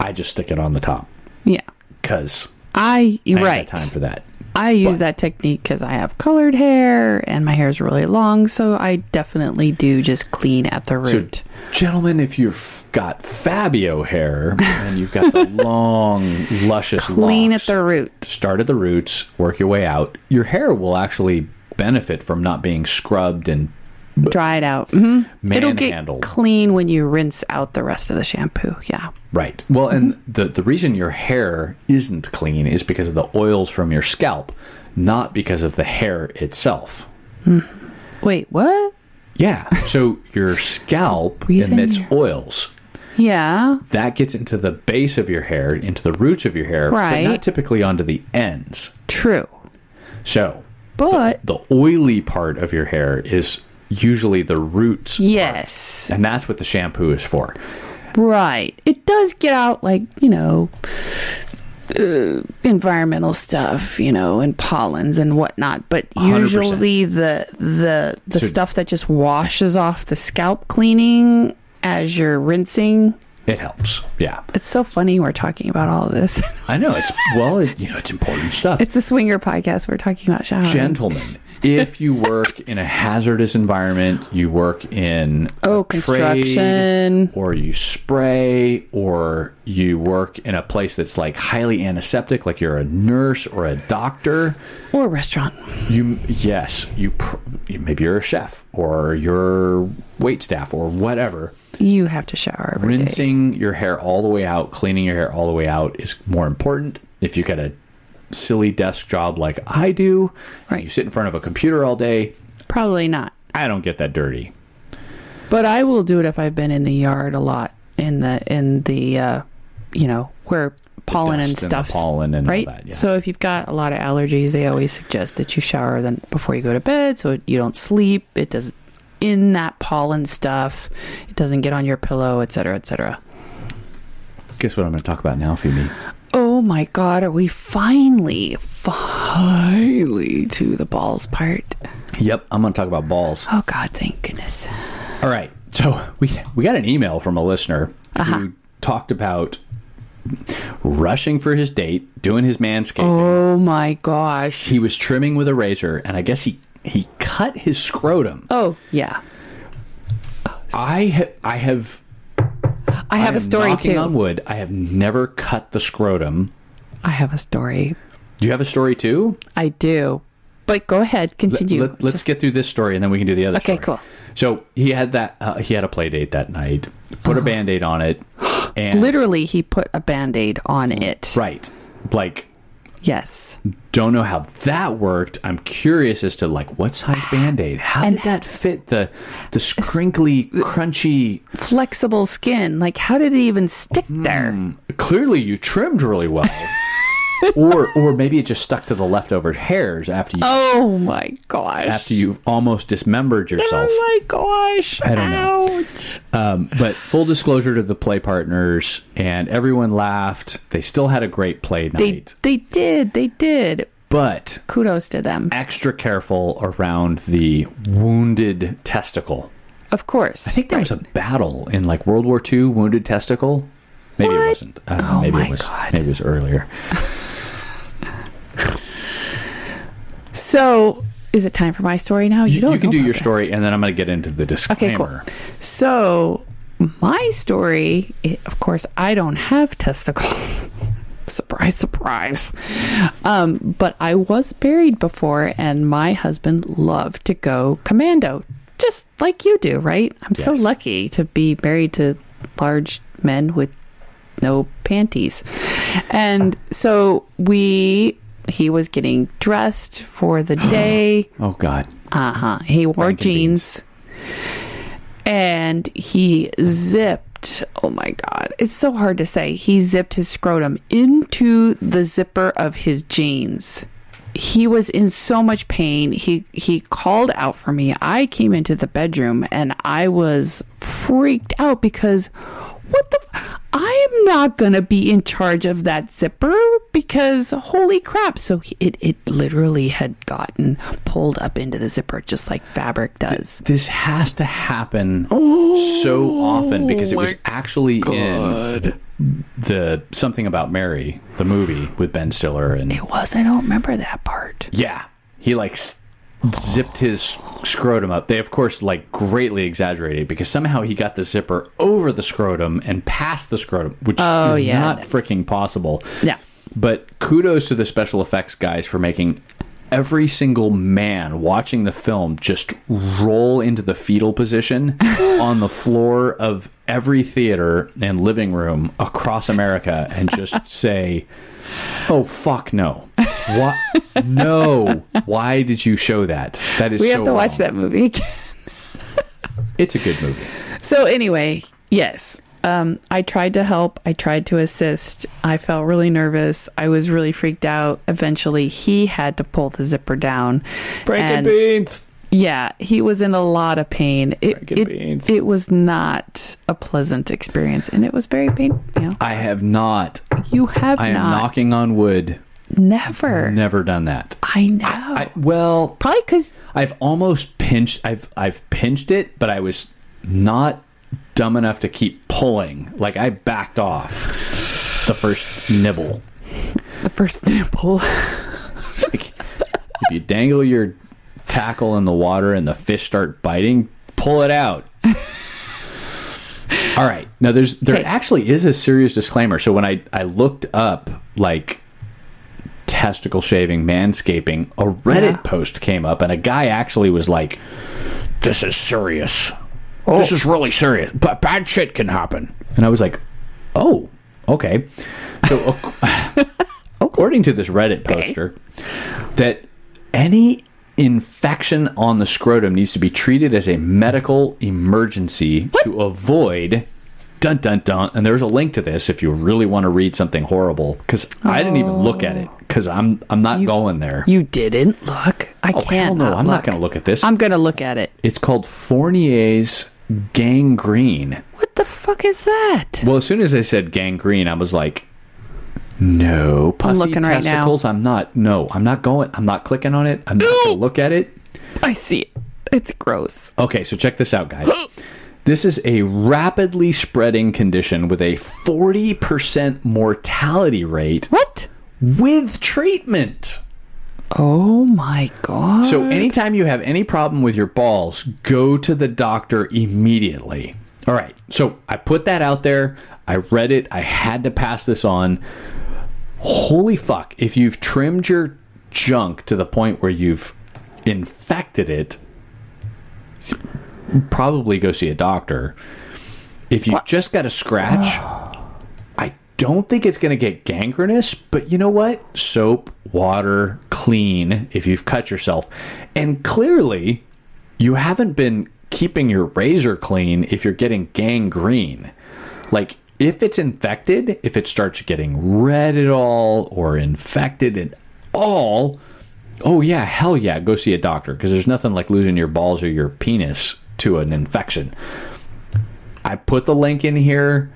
I just stick it on the top
yeah.
because
I, you're
I
right.
ain't got time for that.
I use
But-
that technique because I have colored hair and my hair is really long. So I definitely do just clean at the
So,
root.
gentlemen, if you've got Fabio hair and you've got the long, luscious
clean
locks,
at the root.
start at the roots, work your way out. Your hair will actually benefit from not being scrubbed and
dry it out. hmm It'll get
Manhandled.
clean when you rinse out the rest of the shampoo. Yeah.
right. Well, and the the reason your hair isn't clean is because of the oils from your scalp, not because of the hair itself.
Wait, what?
Yeah. So your scalp
Reason
emits
your-
oils.
Yeah.
that gets into the base of your hair, into the roots of your hair,
Right.
but not typically onto the ends.
True.
So
But
the oily part of your hair is usually the roots,
yes.
and that's what the shampoo is for.
Right. It does get out like, you know, uh, environmental stuff, you know, and pollens and whatnot, but
100%.
usually the the the
So-
stuff that just washes off the scalp cleaning as you're rinsing.
It helps. Yeah.
It's so funny we're talking about all of this.
I know. It's, well, it, you know, it's important stuff.
It's a swinger podcast. We're talking about showering.
Gentlemen, if you work in a hazardous environment, you work in
Oh,
a trade,
construction.
or you spray, or you work in a place that's like highly antiseptic, like you're a nurse or a doctor.
or restaurant.
You yes, you pr- maybe you're a chef or you're wait staff or whatever.
You have to shower every day.
Rinsing your hair all the way out, cleaning your hair all the way out is more important. If you got a silly desk job like I do,
Right.
you sit in front of a computer all day.
Probably not.
I don't get that dirty.
But I will do it if I've been in the yard a lot in the in the uh, you know where pollen and
dust and the
stuff
pollen and all
right.
that, yeah.
So if you've got a lot of allergies, they always suggest that you shower then before you go to bed, so you don't sleep. It does in that pollen stuff. It doesn't get on your pillow, et cetera, et cetera.
Guess what I'm going to talk about now, Phoebe?
Oh my God! Are we finally, finally to the balls part?
Yep, I'm going to talk about balls.
Oh God! Thank goodness.
All right. So we we got an email from a listener
Uh-huh.
who talked about rushing for his date, doing his manscaping.
Oh my gosh!
He was trimming with a razor, and I guess he he cut his scrotum.
Oh yeah.
I ha- I have
I have
I
a
am
story
knocking
too.
on wood. I have never cut the scrotum.
I have a story.
You have a story too.
I do. But go ahead, continue.
Let, us
Just-
get through this story and then we can do the other.
Okay,
story.
cool.
So he had that. Uh, he had a play date that night. Put a band aid on it, and
literally he put a band-aid on it.
Mm, right, like
Yes.
don't know how that worked. I'm curious as to like what size band aid. How
And-
did that fit the the scrinkly, crunchy?
Flexible skin. Like how did it even stick
Mm-hmm.
there?
Clearly, you trimmed really well, or or maybe it just stuck to the leftover hairs after you
Oh my gosh.
after you've almost dismembered yourself.
Oh my gosh.
I don't know.
Ouch.
Um, but full disclosure to the play partners, and everyone laughed. They still had a great play night,
They they did. They did.
but
Kudos to them.
extra careful around the wounded testicle.
Of course.
I think there was a battle in like World War II, wounded testicle. Maybe it wasn't. I don't know.
Oh
Maybe
my
it was.
God.
Maybe it was earlier.
So is it time for my story now? You,
You,
don't
you can
know
do
about
your
that.
story, and then I'm going to get into the
Okay, cool.
disclaimer.
So, my story, i- of course, I don't have testicles. surprise, surprise. Um, but I was married before, and my husband loved to go commando, just like you do, right? I'm so
Yes.
lucky to be married to large men with no panties. And so we. He was getting dressed for the day.
Oh God,
Uh huh. He wore
Franken
jeans. And he zipped. Oh my God. It's so hard to say. He zipped his scrotum into the zipper of his jeans. He was in so much pain. He he called out for me. I came into the bedroom and I was freaked out because what the f- I am not going to be in charge of that zipper because holy crap. So he- it it literally had gotten pulled up into the zipper just like fabric does.
this has to happen so
Oh
often because it was actually in the something about Mary, the movie with Ben Stiller, and
It was. I don't remember that part.
yeah, he like s- zipped his scrotum up. They of course like greatly exaggerated because somehow he got the zipper over the scrotum and past the scrotum, which is
Oh, yeah.
not freaking possible.
Yeah.
But kudos to the special effects guys for making every single man watching the film just roll into the fetal position on the floor of every theater and living room across America and just say, "Oh fuck no. What? No. Why did you show that? That is
We
so um,
have to watch
wrong."
that movie again.
It's a good movie.
So anyway, yes. Um, I tried to help. I tried to assist. I felt really nervous. I was really freaked out. Eventually, he had to pull the zipper down. and-
beans.
Yeah, he was in a lot of pain. It
Franken beans.
it, it was not a pleasant experience, and it was very painful. You, know,
I have not.
you have
I am
not
knocking on wood.
never.
Never done that.
I know.
I, well,
Probably because
I've almost pinched. I've I've pinched it, but I was not dumb enough to keep pulling. Like I backed off the first nibble.
the first nipple.
It's like if you dangle your tackle in the water and the fish start biting, pull it out. All right. Now there's there
'Kay.
actually is a serious disclaimer. So when I I looked up like testicle shaving manscaping, a Reddit
Yeah.
post came up and a guy actually was like this is serious. This is really serious. But bad shit can happen. And I was like, "Oh, okay." So ac- according to this Reddit poster, that any infection on the scrotum needs to be treated as a medical emergency to avoid dun dun dun and there's a link to this if you really want to read something horrible cuz I didn't even look at it cuz I'm I'm not going there.
Oh. You didn't look. I
oh hell
can't.
no, I'm not
look.
going to look at this.
I'm gonna look at it.
it's called Fournier's gangrene.
What the fuck is that?
Well, as soon as they said gangrene, I was like no, pussy
looking right now.
testicles. I'm not. No, I'm not going. I'm not clicking on it. I'm not going to look at it.
I see it. It's gross.
Okay, so check this out, guys. This is a rapidly spreading condition with a 40% mortality rate
What?
with treatment.
Oh my god.
So, anytime you have any problem with your balls, go to the doctor immediately. All right, so I put that out there. I read it. I had to pass this on. Holy fuck. If you've trimmed your junk to the point where you've infected it, probably go see a doctor. If you just got a scratch, I don't think it's going to get gangrenous, but you know what? Soap, water, clean if you've cut yourself. And clearly, you haven't been keeping your razor clean if you're getting gangrene. Like, if it's infected, if it starts getting red at all or infected at all, oh yeah, hell yeah, go see a doctor because there's nothing like losing your balls or your penis to an infection. I put the link in here.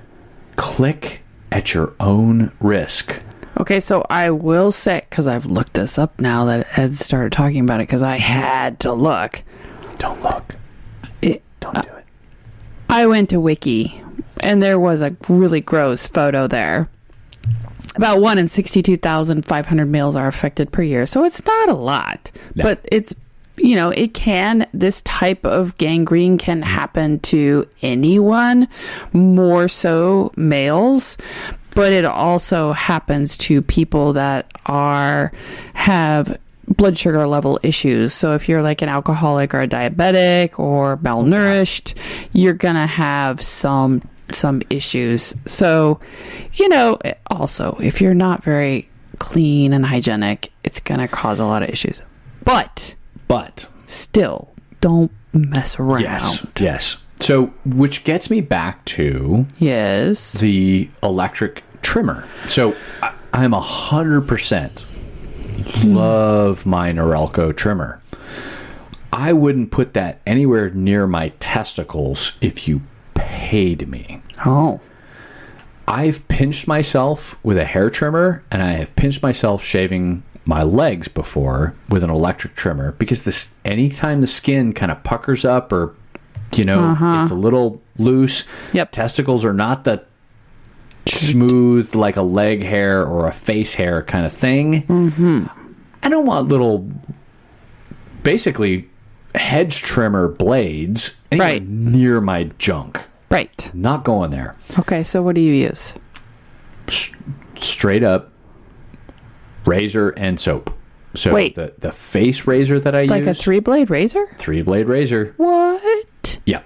Click at your own risk.
Okay, so I will say because I've looked this up now that Ed started talking about it because I had to look.
Don't look.
It- uh,
Don't do it.
I went to Wiki and there was a really gross photo there. About one in sixty-two thousand five hundred males are affected per year, so it's not a lot,
No.
but it's you know it can this type of gangrene can happen to anyone, more so males, but it also happens to people that are have blood sugar level issues. So if you're like an alcoholic or a diabetic or malnourished, you're gonna have some some issues. So, you know, also if you're not very clean and hygienic, it's gonna cause a lot of issues. But
But
still, don't mess around.
yes, yes. So, which gets me back to
Yes.
the electric trimmer. So, I, I'm a hundred percent love my Norelco trimmer. I wouldn't put that anywhere near my testicles if you paid me.
Oh.
I've pinched myself with a hair trimmer and I have pinched myself shaving my legs before with an electric trimmer because this anytime the skin kind of puckers up or you know it's a little loose
Yep.
testicles are not the smooth like a leg hair or a face hair kind of thing mm-hmm. i don't want little basically hedge trimmer blades anywhere
Right.
near my junk
Right.
not going there
Okay, so what do you use?
straight up razor and soap. So
Wait.
the the face razor that I
Like
use
a three blade razor?
three blade razor.
What?
Yeah.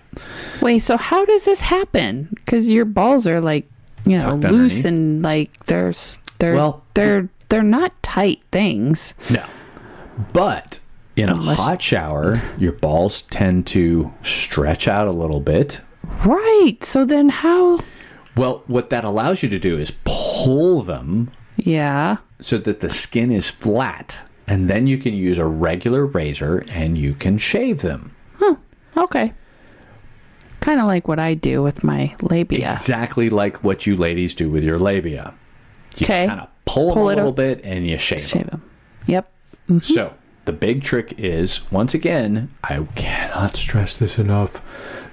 Wait, so how does this happen? Because your balls are like, you know,
Tucked underneath.
loose and like they're s- they're
Well-
they're they're not tight things.
No. But in
Unless-
a hot shower, your balls tend to stretch out a little bit.
Right. So then how?
Well, what that allows you to do is pull them
Yeah.
so that the skin is flat And then you can use a regular razor and you can shave them.
Okay. Kind of like what I do with my labia.
Exactly like what you ladies do with your labia. You
'Kay.
kind of pull,
Pull
them
it
a little
up.
bit and you shave, them.
Shave them. Yep.
So the big trick is once again, I cannot stress this enough.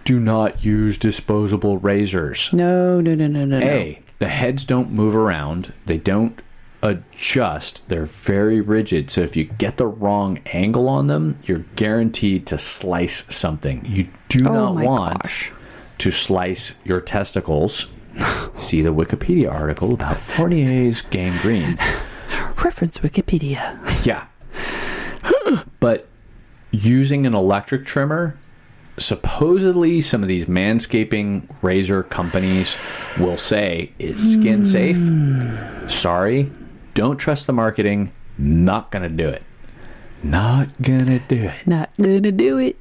Do not use disposable razors.
No, no, no, no, no, no.
A, the heads don't move around, they don't adjust, they're very rigid. So if you get the wrong angle on them, you're guaranteed to slice something. You do
Oh
not
my
want
gosh.
to slice your testicles. See the Wikipedia article about Fournier's gangrene.
Reference Wikipedia.
Yeah. but using an electric trimmer, supposedly some of these manscaping razor companies will say it's skin safe. Sorry, don't trust the marketing. Not going to do it. Not going to do it.
Not gonna do it.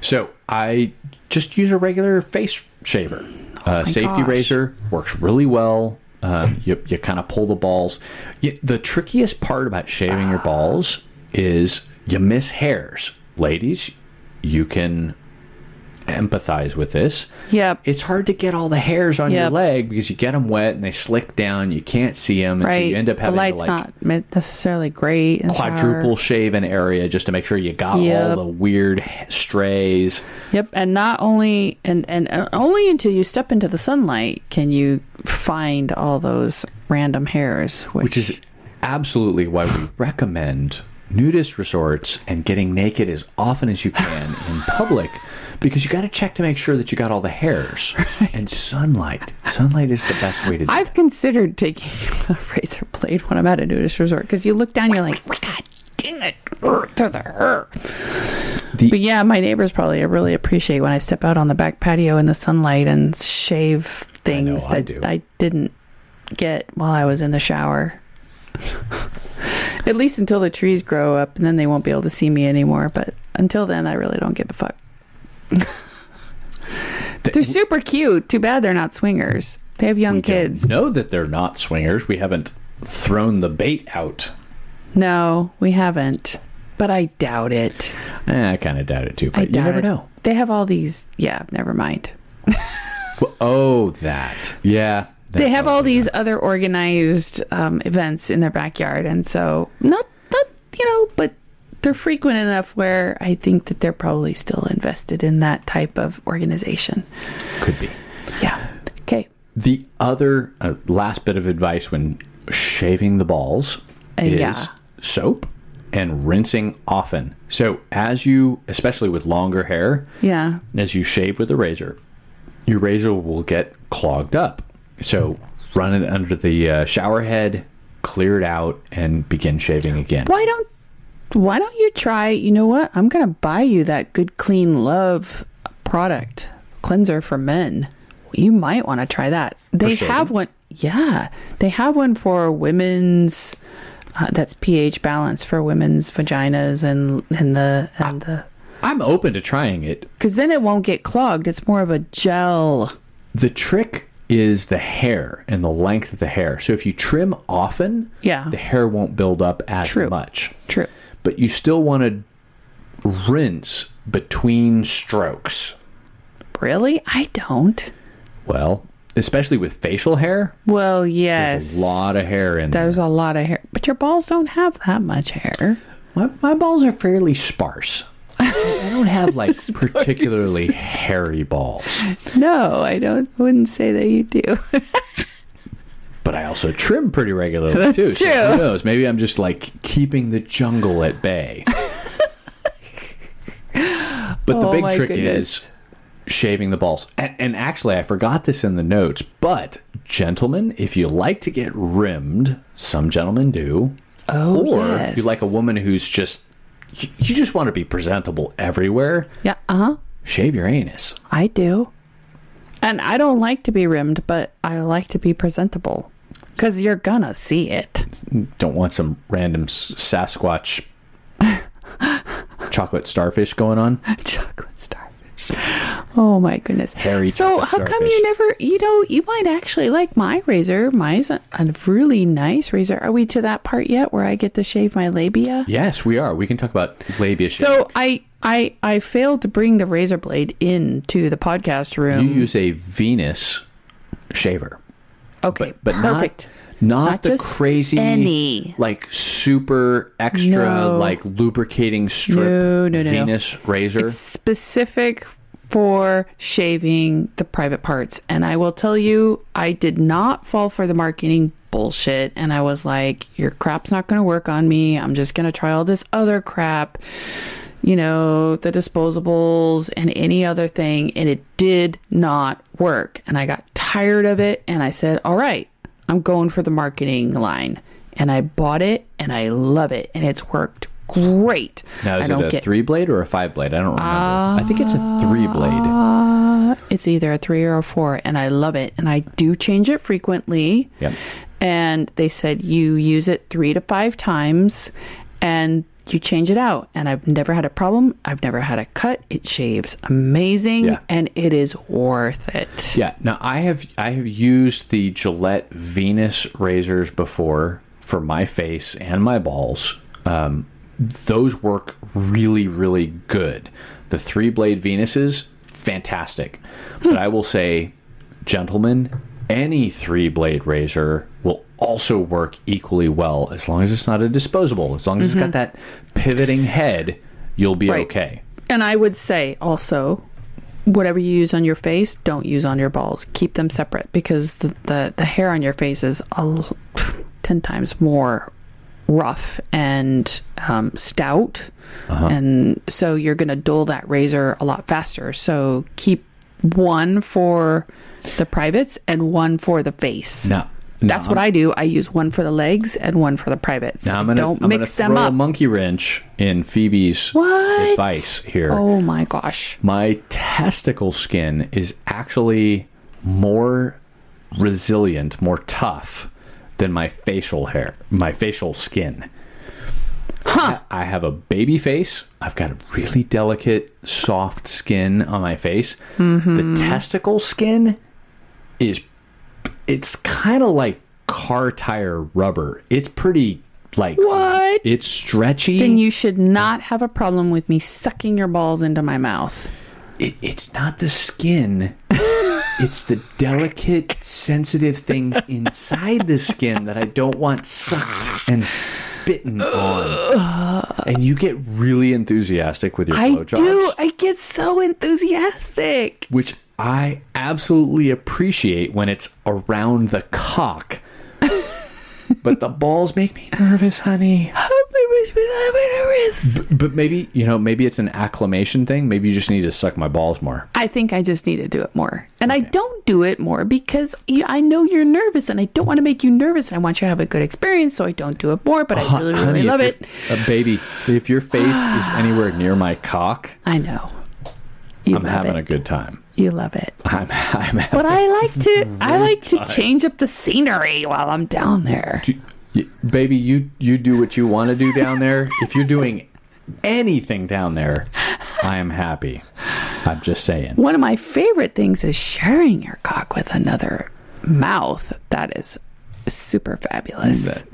So I just use a regular face shaver. uh, safety
Oh gosh.
razor works really well. Um, you you kind of pull the balls. You, the trickiest part about shaving your balls is you miss hairs. Ladies, you can empathize with this.
Yep.
It's hard to get all the hairs on your
Yep.
leg because you get them wet and they slick down. You can't see them. And so
right.
you end up having
the
to,
light's
like,
not me- necessarily great. in the shower.
quadruple shave an area just to make sure you got all
Yep.
the weird strays.
Yep, and not only and and uh, only until you step into the sunlight can you find all those random hairs, which,
which is absolutely why we recommend nudist resorts and getting naked as often as you can in public because you got to check to make sure that you got all the hairs and sunlight sunlight is the best way to do
I've considered taking a razor blade when I'm at a nudist resort because you look down, you're like, "Oh God dang it, Urgh, does it hurt?
The-
but yeah, my neighbors probably really appreciate when I step out on the back patio in the sunlight and shave
know,
things
I
that
do.
I didn't get while I was in the shower. at least until the trees grow up, and then they won't be able to see me anymore. But until then, I really don't give a fuck.
Th-
They're super cute. Too bad they're not swingers. They have young
we
kids.
don't know that they're not swingers we haven't thrown the bait out
No, we haven't. But I doubt it.
Eh, i kind of doubt it too
I
but you
doubt
never
it.
know
They have all these. Yeah, never mind.
Well, oh that yeah
they have all
these.
these other organized um, events in their backyard, and so not not you know, but they're frequent enough where I think that they're probably still invested in that type of organization.
could be
Yeah. Okay.
The other uh, last bit of advice when shaving the balls
Uh,
is
yeah.
soap and rinsing often. So, as you, especially with longer hair,
Yeah.
as you shave with a razor, your razor will get clogged up. So, run it under the uh, shower head, clear it out, and begin shaving again.
Why don't Why don't you try? You know what? I'm gonna buy you that good clean love product cleanser for men. You might want to try that. They
shaving?
have one. Yeah, they have one for women's. Uh, that's pH balance for women's vaginas and and the and the
I'm open to trying it.
because then it won't get clogged. It's more of a gel.
The trick is the hair and the length of the hair. So, if you trim often,
Yeah.
the hair won't build up as
True.
much.
True.
but you still want to rinse between strokes.
Really, I don't.
Well, especially with facial hair,
Well, yes.
there's a lot of hair in
There's a lot of hair, but your balls don't have that much hair.
there. My, my balls are fairly sparse. I don't have like particularly hairy balls,
No, I don't. Wouldn't say that you do.
but I also trim pretty regularly too. So
true.
who knows? Maybe I'm just like keeping the jungle at bay. but the
Oh,
big
my
trick
goodness.
is shaving the balls. And, and actually, I forgot this in the notes, but gentlemen, if you like to get rimmed, some gentlemen do.
Oh,
or
yes.
you like a woman who's just, you, you just want to be presentable everywhere,
Yeah, uh huh.
shave your anus.
I do. And I don't like to be rimmed, but I like to be presentable. Because you're gonna see it.
Don't want some random s- Sasquatch chocolate starfish going on.
Chocolate starfish. Oh my goodness.
Hairy
So
chocolate
how come
starfish.
you never you know, you might actually like my razor. Mine's a, a really nice razor. Are we to that part yet where I get to shave my labia?
Yes, we are. We can talk about labia shave.
So I I I failed to bring the razor blade into the podcast
you
room.
use a Venus shaver.
okay,
but not-
perfect.
Not,
Not
the
just
crazy
any.
like super extra
No.
like lubricating strip
No, no, no, no.
Venus razor.
It's specific for shaving the private parts. And I will tell you, I did not fall for the marketing bullshit. And I was like, your crap's not going to work on me. I'm just going to try all this other crap, you know, the disposables and any other thing. And it did not work. And I got tired of it. And I said, all right, I'm going for the marketing line. And I bought it and I love it. And it's worked great.
now
I
is it
don't
a
get
three blade or a five blade? I don't remember. I think it's a three blade.
Uh, it's either a three or a four, and I love it. And I do change it frequently.
Yep.
And they said you use it three to five times and you change it out. And I've never had a problem. I've never had a cut. It shaves amazing
Yeah.
and it is worth it.
Yeah. Now I have I have used the Gillette Venus razors before for my face and my balls. Um, those work really really good. The three blade Venuses fantastic,
Hmm.
but I will say, gentlemen, any three blade razor will also work equally well as long as it's not a disposable. As long as it's got that pivoting head, you'll be
Mm-hmm. Right.
okay.
And I would say also, whatever you use on your face, don't use on your balls. Keep them separate because the the, the hair on your face is a l- ten times more rough and um, stout,
Uh-huh.
and so you're going to dull that razor a lot faster. So keep one for the privates and one for the face.
Now,
That's
now
what I do. I use one for the legs and one for the privates.
Now I'm gonna,
Don't
I'm
mix
gonna
them
throw
up.
a monkey wrench in Phoebe's
What?
advice here.
oh my gosh.
My testicle skin is actually more resilient, more tough than my facial hair, my facial skin. Huh. I have a baby face. I've got a really delicate, soft skin on my face.
Mm-hmm.
The testicle skin is it's kind of like car tire rubber. It's pretty like
What?
It's stretchy.
Then you should not have a problem with me sucking your balls into my mouth.
it, it's not the skin. it's the delicate, sensitive things inside the skin that I don't want sucked and bitten on. And you get really enthusiastic with your blowjobs,
I get so enthusiastic.
which I absolutely appreciate when it's around the cock. but the balls make me nervous, honey. B- but maybe, you know, maybe it's an acclimation thing. Maybe you just need to suck my balls more.
I think I just need to do it more. And I don't do it more because y- I know you're nervous and I don't want to make you nervous and I want you to have a good experience, so I don't Uh-huh. do it more, but I really, really
Honey,
love
if
it.
your- uh, baby, if your face is anywhere near my cock,
I know. You
I'm
love
having
it.
a good time.
you love it.
I'm, I'm having,
But I like to I like to change up the scenery while I'm down there.
Y- baby, you you do what you want to do down there. if you're doing anything down there, I am happy. I'm just saying.
One of my favorite things is sharing your cock with another mouth. That is super fabulous.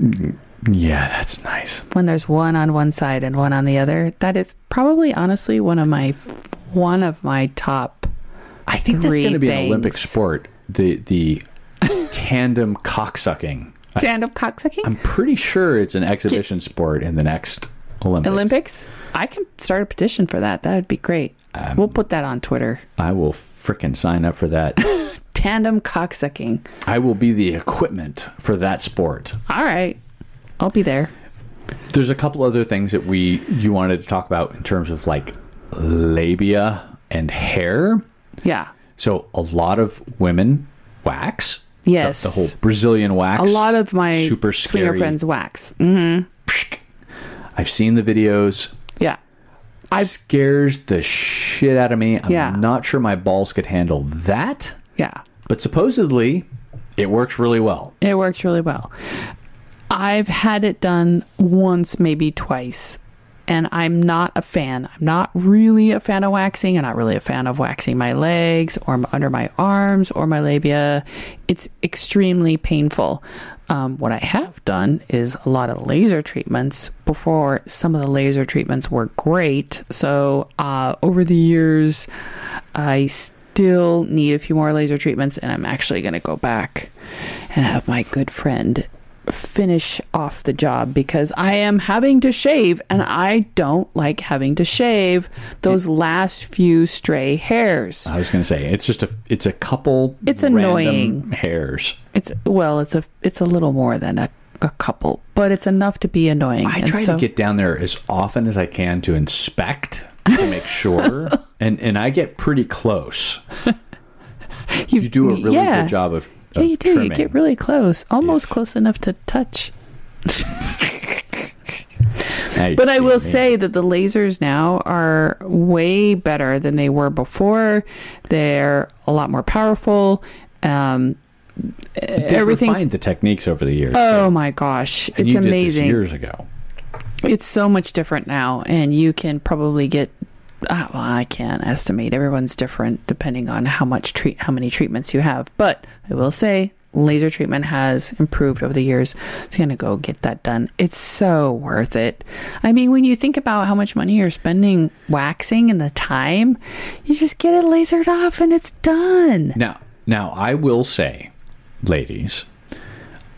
Yeah, that's nice.
When there's one on one side and one on the other, that is probably honestly one of my one of my top.
I think that's
Three
going to be an Olympic
things.
sport. The the tandem cocksucking.
Stand up cocksucking
I'm pretty sure it's an exhibition sport in the next Olympics.
Olympics. I can start a petition for that. That would be great.
Um,
we'll put that on Twitter.
I will frickin' sign up for that.
Tandem cocksucking.
I will be the equipment for that sport.
All right, I'll be there.
There's a couple other things that we you wanted to talk about in terms of like labia and hair.
Yeah,
So a lot of women wax.
Yes.
The, the whole Brazilian wax.
a lot of my
super
swinger
scary.
friends wax. Mm,
I've seen the videos.
yeah, I've-
scares the shit out of me. I'm
Yeah.
not sure my balls could handle that,
yeah.
but supposedly it works really well.
It works really well. I've had it done once, maybe twice, and I'm not a fan. I'm not really a fan of waxing. I'm not really a fan of waxing my legs or m- under my arms or my labia. It's extremely painful. Um, what I have done is a lot of laser treatments before some of the laser treatments were great. So uh, over the years, I still need a few more laser treatments, and I'm actually going to go back and have my good friend finish off the job because I am having to shave and I don't like having to shave those last few stray hairs.
I was going to say it's just a it's a couple.
It's
random
annoying.
hairs.
It's well, it's a it's a little more than a, a couple, but it's enough to be annoying.
I
And
try
so-
to get down there as often as I can to inspect to make sure, and and I get pretty close. You do a really
yeah.
good job of,
Yeah,
of
you do.
Trimming.
You get really close, almost
If-
close enough to touch.
Now you
But I
see
will
me.
say that the lasers now are way better than they were before. They're a lot more powerful. Um,
everything
everything's
refined the techniques over the years.
oh
too.
my gosh,
And
it's
you did this
amazing.
years ago.
It's so much different now, and you can probably get. Uh, well, I can't estimate. Everyone's different depending on how much treat, how many treatments you have. But I will say, laser treatment has improved over the years. So you're gonna go get that done. It's so worth it. I mean, when you think about how much money you're spending waxing and the time, you just get it lasered off and it's done.
Now, now I will say, ladies,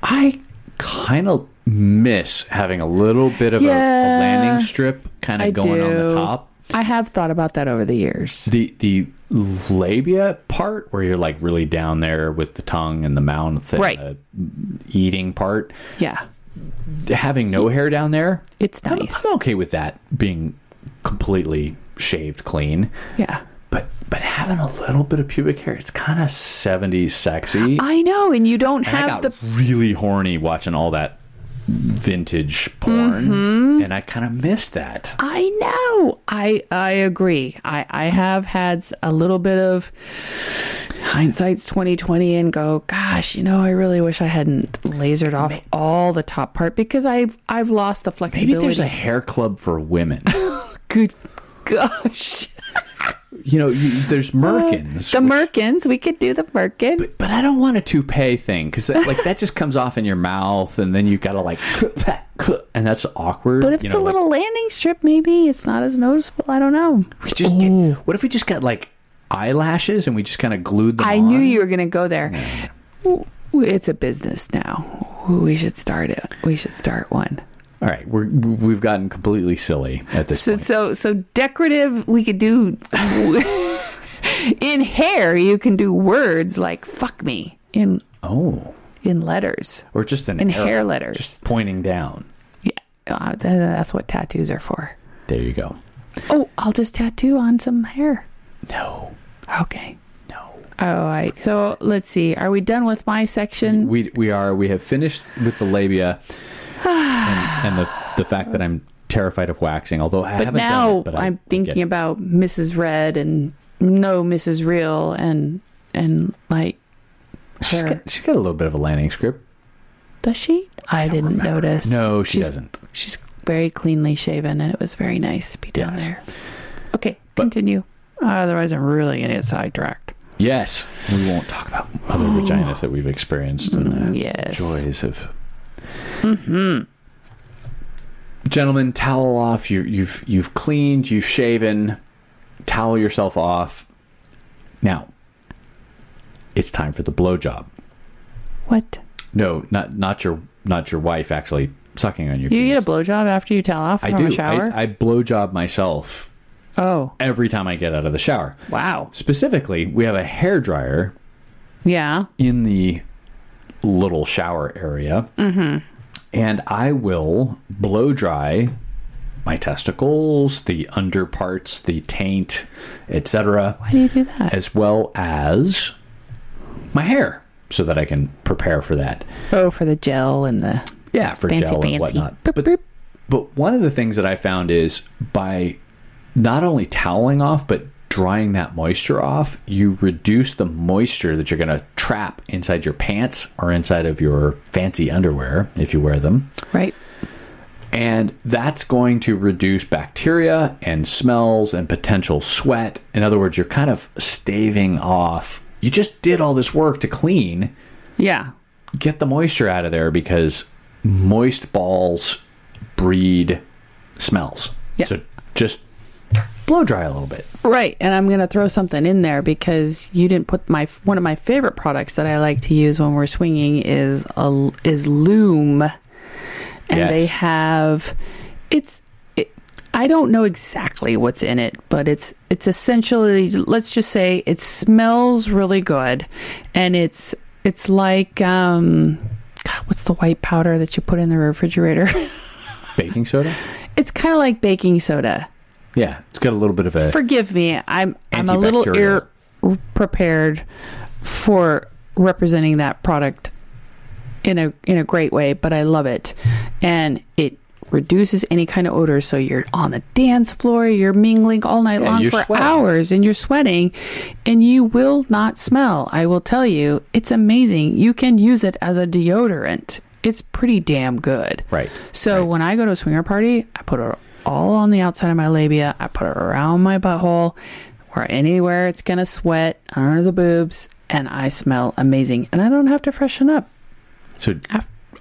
I kind of miss having a little bit of a, a
Yeah,
landing strip kind
I
of going on the
do.
top.
I have thought about that over the years.
The the labia part where you're like really down there with the tongue and the mouth and
Right.
the eating part,
Yeah,
having no hair down there,
it's
I'm-
nice.
I'm okay with that being completely shaved clean.
Yeah.
But but having a little bit of pubic hair, it's kind of 70s sexy.
I know, and you don't
and I
have
got
the
really horny watching all that vintage porn,
Mm-hmm.
and I kind of miss that.
I know. I I agree. I I have had s- a little bit of hindsight's twenty twenty and go, gosh, you know, I really wish I hadn't lasered off all the top part because I've I've lost the
Maybe
flexibility.
there's a hair club for women.
good gosh.
you know, you, there's merkins.
Uh, The
which-
Merkins, we could do the Merkin.
But, but I don't want a toupee thing because like that just comes off in your mouth, and then you gotta like, and that's awkward.
but if
you
it's a
know, like,
little landing strip, maybe it's not as noticeable. I don't know.
we just get- what if we just got like eyelashes and we just kind of glued them?
I knew
on?
you were going to go there. W- It's a business now. We should start it. We should start one.
All right, we're we've gotten completely silly at this
So
point.
so so decorative we could do in hair you can do words like fuck me in
Oh,
in letters.
or just an
In
arrow,
hair letters.
just pointing down.
Yeah. Uh, th- that's what tattoos are for.
There you go.
Oh, I'll just tattoo on some hair.
No,
Okay.
no.
All right. So let's see. Are we done with my section?
We we are we have finished with the labia and, and the the fact that I'm terrified of waxing. Although I
But
haven't done
now
it, but I
I'm
get
thinking
it.
about Mrs. Red and no Mrs. Real and and like
She's
hair.
got, she's got a little bit of a landing script.
Does she? I, didn't notice.
No, she
She's
doesn't.
She's very cleanly shaven, and it was very nice to be down
Yes.
there. Okay,
But-
continue. Otherwise, I'm really going to get sidetracked.
Yes, we won't talk about other vaginas that we've experienced and the
Mm, Yes. Mm-hmm.
joys of. Mm-hmm. Gentlemen, towel off. You, you've you've cleaned. You've shaven. Towel yourself off. Now, it's time for the blowjob.
What?
No, not not your not your wife actually sucking on your.
You get
penis.
a blowjob after you towel off
I
from
do.
a shower?
I, I blowjob myself
oh,
every time I get out of the shower.
wow.
Specifically, we have a hair dryer
Yeah.
in the little shower area, and I will blow dry my testicles, the under parts, the taint, etc.
Why do you do that?
as well as my hair so that I can prepare for that.
Oh, for the gel and the.
Yeah, for
Fancy,
gel and
fancy.
whatnot.
Boop,
but,
boop.
but one of the things that I found is by not only toweling off, but drying that moisture off, you reduce the moisture that you're going to trap inside your pants or inside of your fancy underwear if you wear them.
Right?
And that's going to reduce bacteria and smells and potential sweat. In other words, you're kind of staving off. You just did all this work to clean,
Yeah.
get the moisture out of there because moist balls breed smells.
Yeah.
So just blow dry a little bit.
Right, and I'm gonna throw something in there because you didn't put my one of my favorite products that I like to use when we're swinging is a is Loom, and
Yes.
they have it's. It, I don't know exactly what's in it, but it's it's essentially let's just say it smells really good, and it's it's like um, God, what's the white powder that you put in the refrigerator?
Baking soda?
it's kind of like baking soda.
Yeah. It's got a little bit of a
Forgive me. I'm I'm a little
Antibacterial.
ir- prepared for representing that product in a in a great way, but I love it, and it reduces any kind of odor. So you're on the dance floor, you're mingling all night
Yeah,
long
you're
for
sweating.
hours, and you're sweating, and you will not smell. I will tell you, it's amazing. You can use it as a deodorant. It's pretty damn good.
Right.
So
Right.
when I go to a swinger party, I put it all on the outside of my labia. I put it around my butthole or anywhere it's going to sweat under the boobs. And I smell amazing. And I don't have to freshen up.
So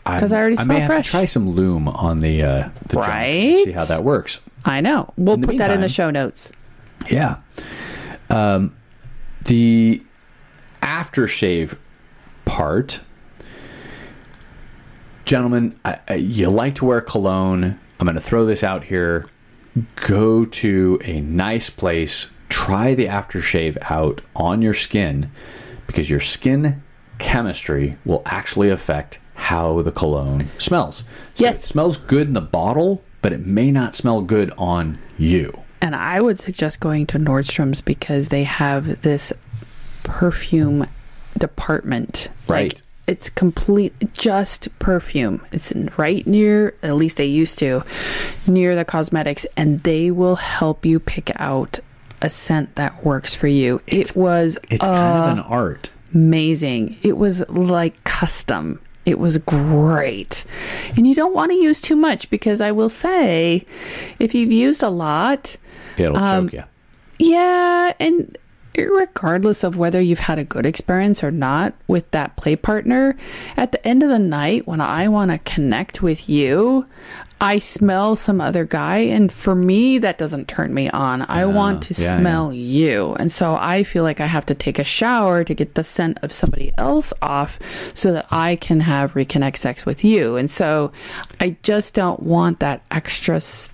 Ah, 'Cause I already
I may
smell
have
fresh.
to try some loom on the uh, the drum and see
Right?
how that works.
I know. We'll
In the
put that in the
meantime-
show notes.
Yeah. Um, the aftershave part, gentlemen, I, I, you like to wear cologne. I'm going to throw this out here. Go to a nice place. Try the aftershave out on your skin because your skin chemistry will actually affect how the cologne smells. So
Yes.
It smells good in the bottle, but it may not smell good on you.
And I would suggest going to Nordstrom's because they have this perfume department.
Right.
Like, it's complete just perfume. It's in- right near, at least they used to, near the cosmetics, and they will help you pick out a scent that works for you. it was
It's kind of an art.
amazing. It was like custom. It was great. And you don't want to use too much because I will say if you've used a lot,
It'll
Um,
choke you.
yeah, and regardless of whether you've had a good experience or not with that play partner, at the end of the night when I want to connect with you, I smell some other guy and for me that doesn't turn me on. I want to
yeah,
smell you. And so I feel like I have to take a shower to get the scent of somebody else off so that I can have reconnect sex with you. And so I just don't want that extra s-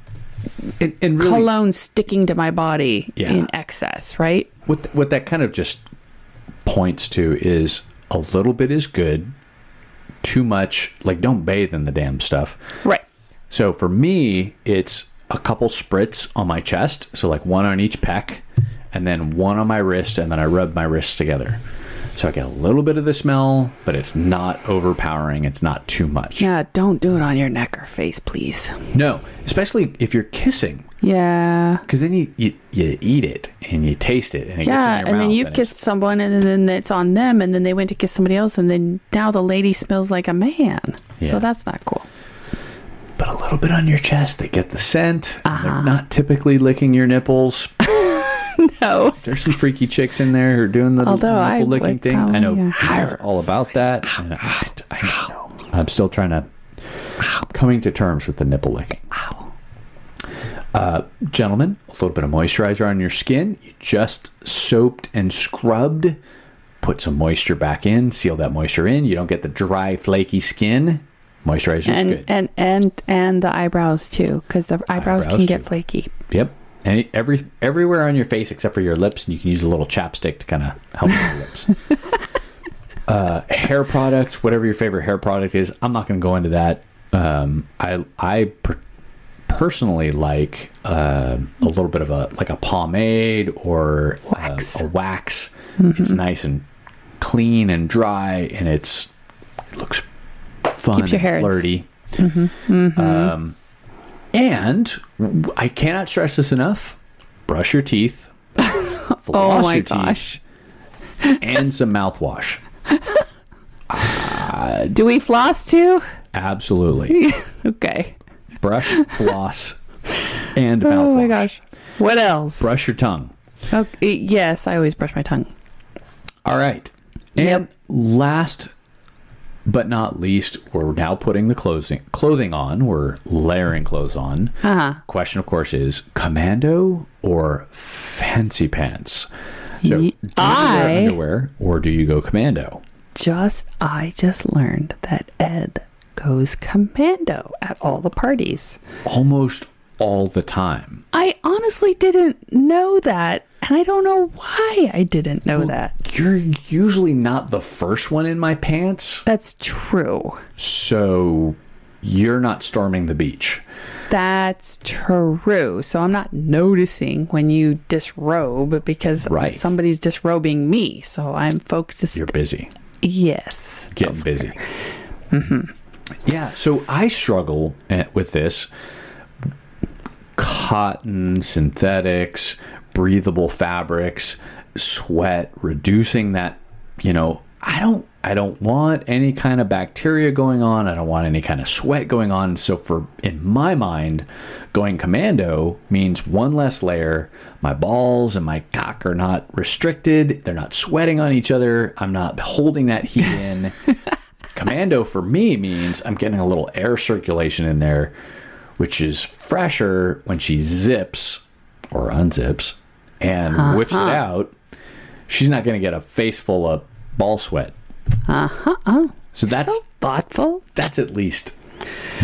And, and really,
cologne sticking to my body
Yeah.
in excess, right?
what what that kind of just points to is a little bit is good, too much like don't bathe in the damn stuff.
Right.
So for me, it's a couple spritz on my chest, so like one on each pec, and then one on my wrist, and then I rub my wrists together. So I get a little bit of the smell, but it's not overpowering. It's not too much.
Yeah, don't do it on your neck or face, please.
No, especially if you're kissing,
Yeah.
because then you, you you eat it and you taste it, and it gets in your
Yeah, and then
mouth
you've
and it's-
kissed someone, and then it's on them, and then they went to kiss somebody else, and then now the lady smells like a man.
Yeah.
So that's not cool.
but a little bit on your chest. They get the scent.
Uh-huh.
They're not typically licking your nipples.
No.
There's some freaky chicks in there who are doing the
Although
nipple
I
licking
would
thing. I
probably,
know
uh,
Peter's all about that. and I, I know. I'm still trying to coming to terms with the nipple licking. Uh, gentlemen, a little bit of moisturizer on your skin. You just soaped and scrubbed. Put some moisture back in. Seal that moisture in. You don't get the dry, flaky skin. Moisturizer is
And
good.
and and and the eyebrows too, because the eyebrows,
Eyebrows,
can get
too.
flaky.
Yep. And every everywhere on your face except for your lips, and you can use a little chapstick to kind of help your lips. Uh, hair products, whatever your favorite hair product is, I'm not going to go into that. Um, I I per- personally like uh, a little bit of a like a pomade or uh,
Wax. Mm-hmm.
a wax. It's nice and clean and dry, and it's looks fun
Keeps your
and
hair in s- Mm-hmm.
flirty. Um, and w- I cannot stress this enough: brush your teeth, floss
Oh my
Oh your
gosh.
teeth, and some mouthwash.
Do we floss too?
Absolutely.
okay.
brush, floss, and mouthwash.
Oh my gosh. What else?
Brush your tongue.
Oh, yes, I always brush my tongue.
All right. And last but not least, we're now putting the clothing clothing on. We're layering clothes on.
Uh-huh.
Question, of course, is commando or fancy pants? So, do
Ye-
you wear
I-
underwear or do you go commando?
Just I just learned that Ed goes commando at all the parties.
Almost all the time.
I honestly didn't know that, and I don't know why I didn't know that.
You're usually not the first one in my pants,
That's true.
so you're not storming the beach.
That's true. So I'm not noticing when you disrobe because
Right.
somebody's disrobing me. So I'm focused.
You're busy.
yes.
getting busy. Yeah, so I struggle eh, with this cotton, synthetics, breathable fabrics, sweat, reducing that, you know, I don't I don't want any kind of bacteria going on. I don't want any kind of sweat going on. So for in my mind, going commando means one less layer. My balls and my cock are not restricted. They're not sweating on each other. I'm not holding that heat in. Commando for me means I'm getting a little air circulation in there, which is fresher when she zips or unzips and whips it out. She's not going to get a face full of ball sweat. Uh huh. So that's
so Uh-uh. thoughtful.
that's at least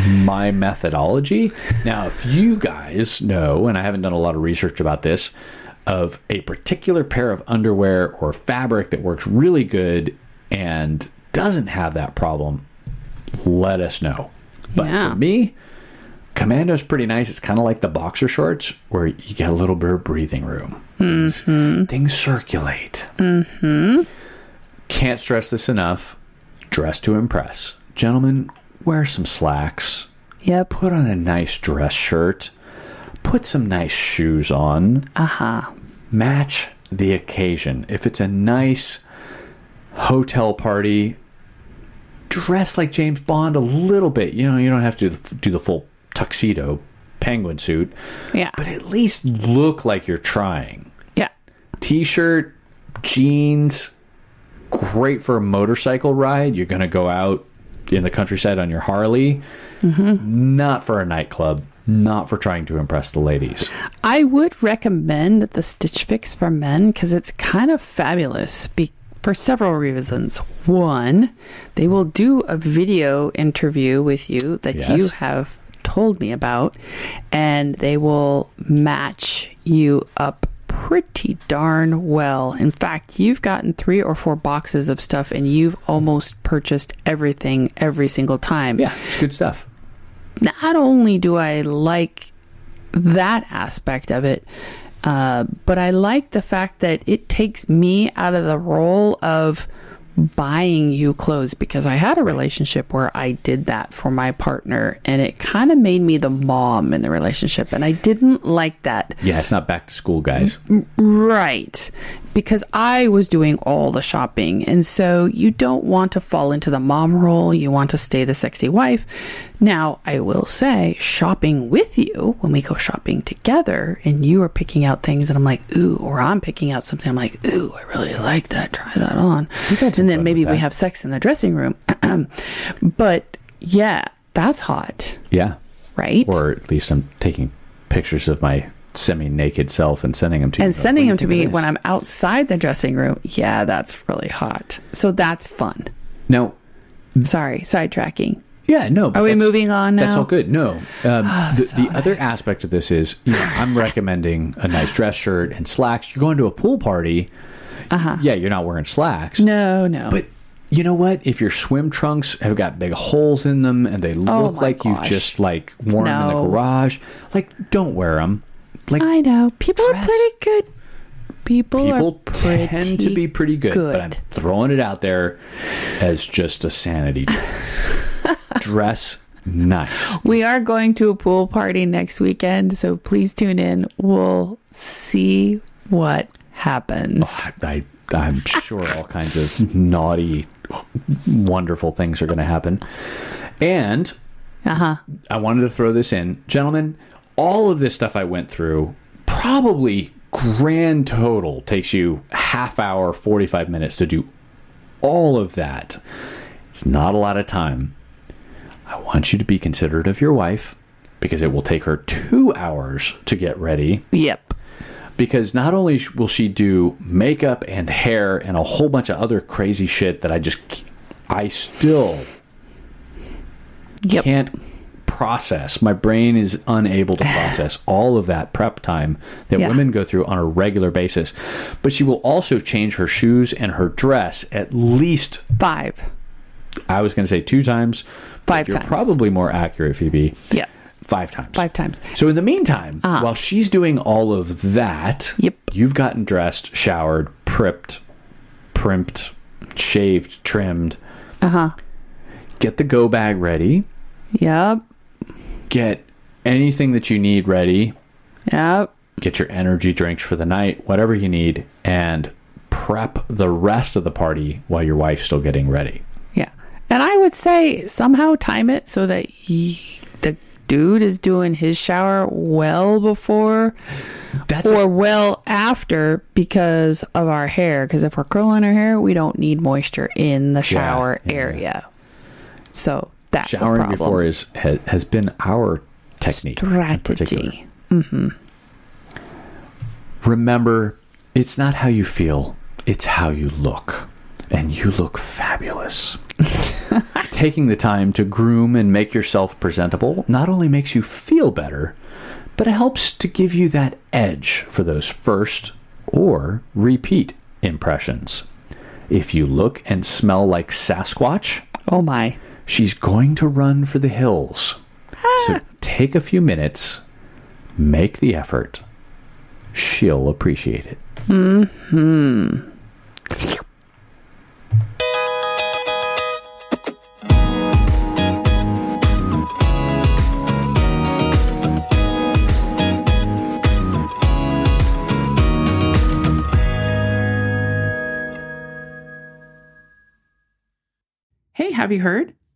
my methodology. Now, if you guys know, and I haven't done a lot of research about this, of a particular pair of underwear or fabric that works really good and doesn't have that problem, let us know. But
Yeah.
for me, commando's pretty nice. It's kind of like the boxer shorts where you get a little bit of breathing room. Things, things circulate. Can't stress this enough. Dress to impress. Gentlemen, wear some slacks.
Yep.
Put on a nice dress shirt. Put some nice shoes on.
Uh huh.
Match the occasion. If it's a nice hotel party, dress like James Bond a little bit. You know, you don't have to do the, do the full tuxedo penguin suit,
Yeah.
but at least look like you're trying
yeah.
t-shirt, jeans, great for a motorcycle ride. You're going to go out in the countryside on your Harley.
Mm-hmm.
Not for a nightclub. Not for trying to impress the ladies.
I would recommend the Stitch Fix for men because it's kind of fabulous be- for several reasons. One, they will do a video interview with you that you
Yes.
have told me about, and they will match you up pretty darn well. In fact, you've gotten three or four boxes of stuff, and you've almost purchased everything every single time
Yeah, it's good stuff.
not only do I like that aspect of it, uh, but I like the fact that it takes me out of the role of buying you clothes because I had a relationship where I did that for my partner and it kind of made me the mom in the relationship and I didn't like that.
Yeah, it's not back to school, guys.
Mm-hmm. Right. Because I was doing all the shopping. And so you don't want to fall into the mom role. You want to stay the sexy wife. Now, I will say, shopping with you, when we go shopping together and you are picking out things and I'm like, ooh, or I'm picking out something, I'm like, ooh, I really like that. Try that on. And then maybe we have sex in the dressing room. but yeah, that's hot,
Yeah.
right?
Or at least I'm taking pictures of my semi naked self and sending them to you.
and
Like,
sending
what
them to
do you
me
think of
when
this?
I'm outside the dressing room. Yeah, that's really hot. So that's fun.
No.
Sorry, sidetracking.
Yeah, no. but
Are we
Mm. Oh, that's-
moving on now?
That's all good. No. Um, the
Ah, so
the other aspect of this is you know, I'm recommending a nice dress shirt and slacks. You're going to a pool party. Uh-huh. Yeah, you're not wearing slacks.
No, no.
But you know what? If your swim trunks have got big holes in them and they look
Oh my
like you've
gosh.
just like worn them in
No.
the garage, like don't wear them. Like
I know people are
Dress-
pretty good. People,
people
are pretty
tend to be pretty good, but I'm
good.
throwing it out there as just a sanity check. dress nice.
We are going to a pool party next weekend, so please tune in. We'll see what happens.
I, I, I'm sure all kinds of naughty, wonderful things are going to happen. And
Uh huh.
I wanted to throw this in. Gentlemen, all of this stuff I went through probably grand total takes you half hour, 45 minutes to do all of that. It's not a lot of time. I want you to be considerate of your wife because it will take her two hours to get ready
Yep.
because not only sh- will she do makeup and hair and a whole bunch of other crazy shit that I just c- I still
Yep.
can't process. My brain is unable to process all of that prep time that
Yeah.
women go through on a regular basis. But she will also change her shoes and her dress at least
Five.
I was going to say two times. but
Five
you're
times.
probably more accurate, Phoebe.
Yep.
Five times.
Five times.
So in the meantime, while she's doing all of that,
Ah. Yep.
you've gotten dressed, showered, pripped, primped, shaved, trimmed.
Uh huh.
Get the go bag ready.
Yep.
Get anything that you need ready.
Yep.
Get your energy drinks for the night, whatever you need, and prep the rest of the party while your wife's still getting ready.
Yeah. And I would say somehow time it so that he, the dude is doing his shower well before
That's
or well after because of our hair. Because if we're curling our hair, we don't need moisture in the shower
yeah.
area. So that's a
showering
problem.
before is has, has been our technique in particular.
strategy.
remember it's not how you feel it's how you look and you look fabulous taking the time to groom and make yourself presentable not only makes you feel better but it helps to give you that edge for those first or repeat impressions if you look and smell like sasquatch
Oh my.
She's going to run for the hills. So take a few minutes, make the effort. She'll appreciate it.
Hey, have you heard?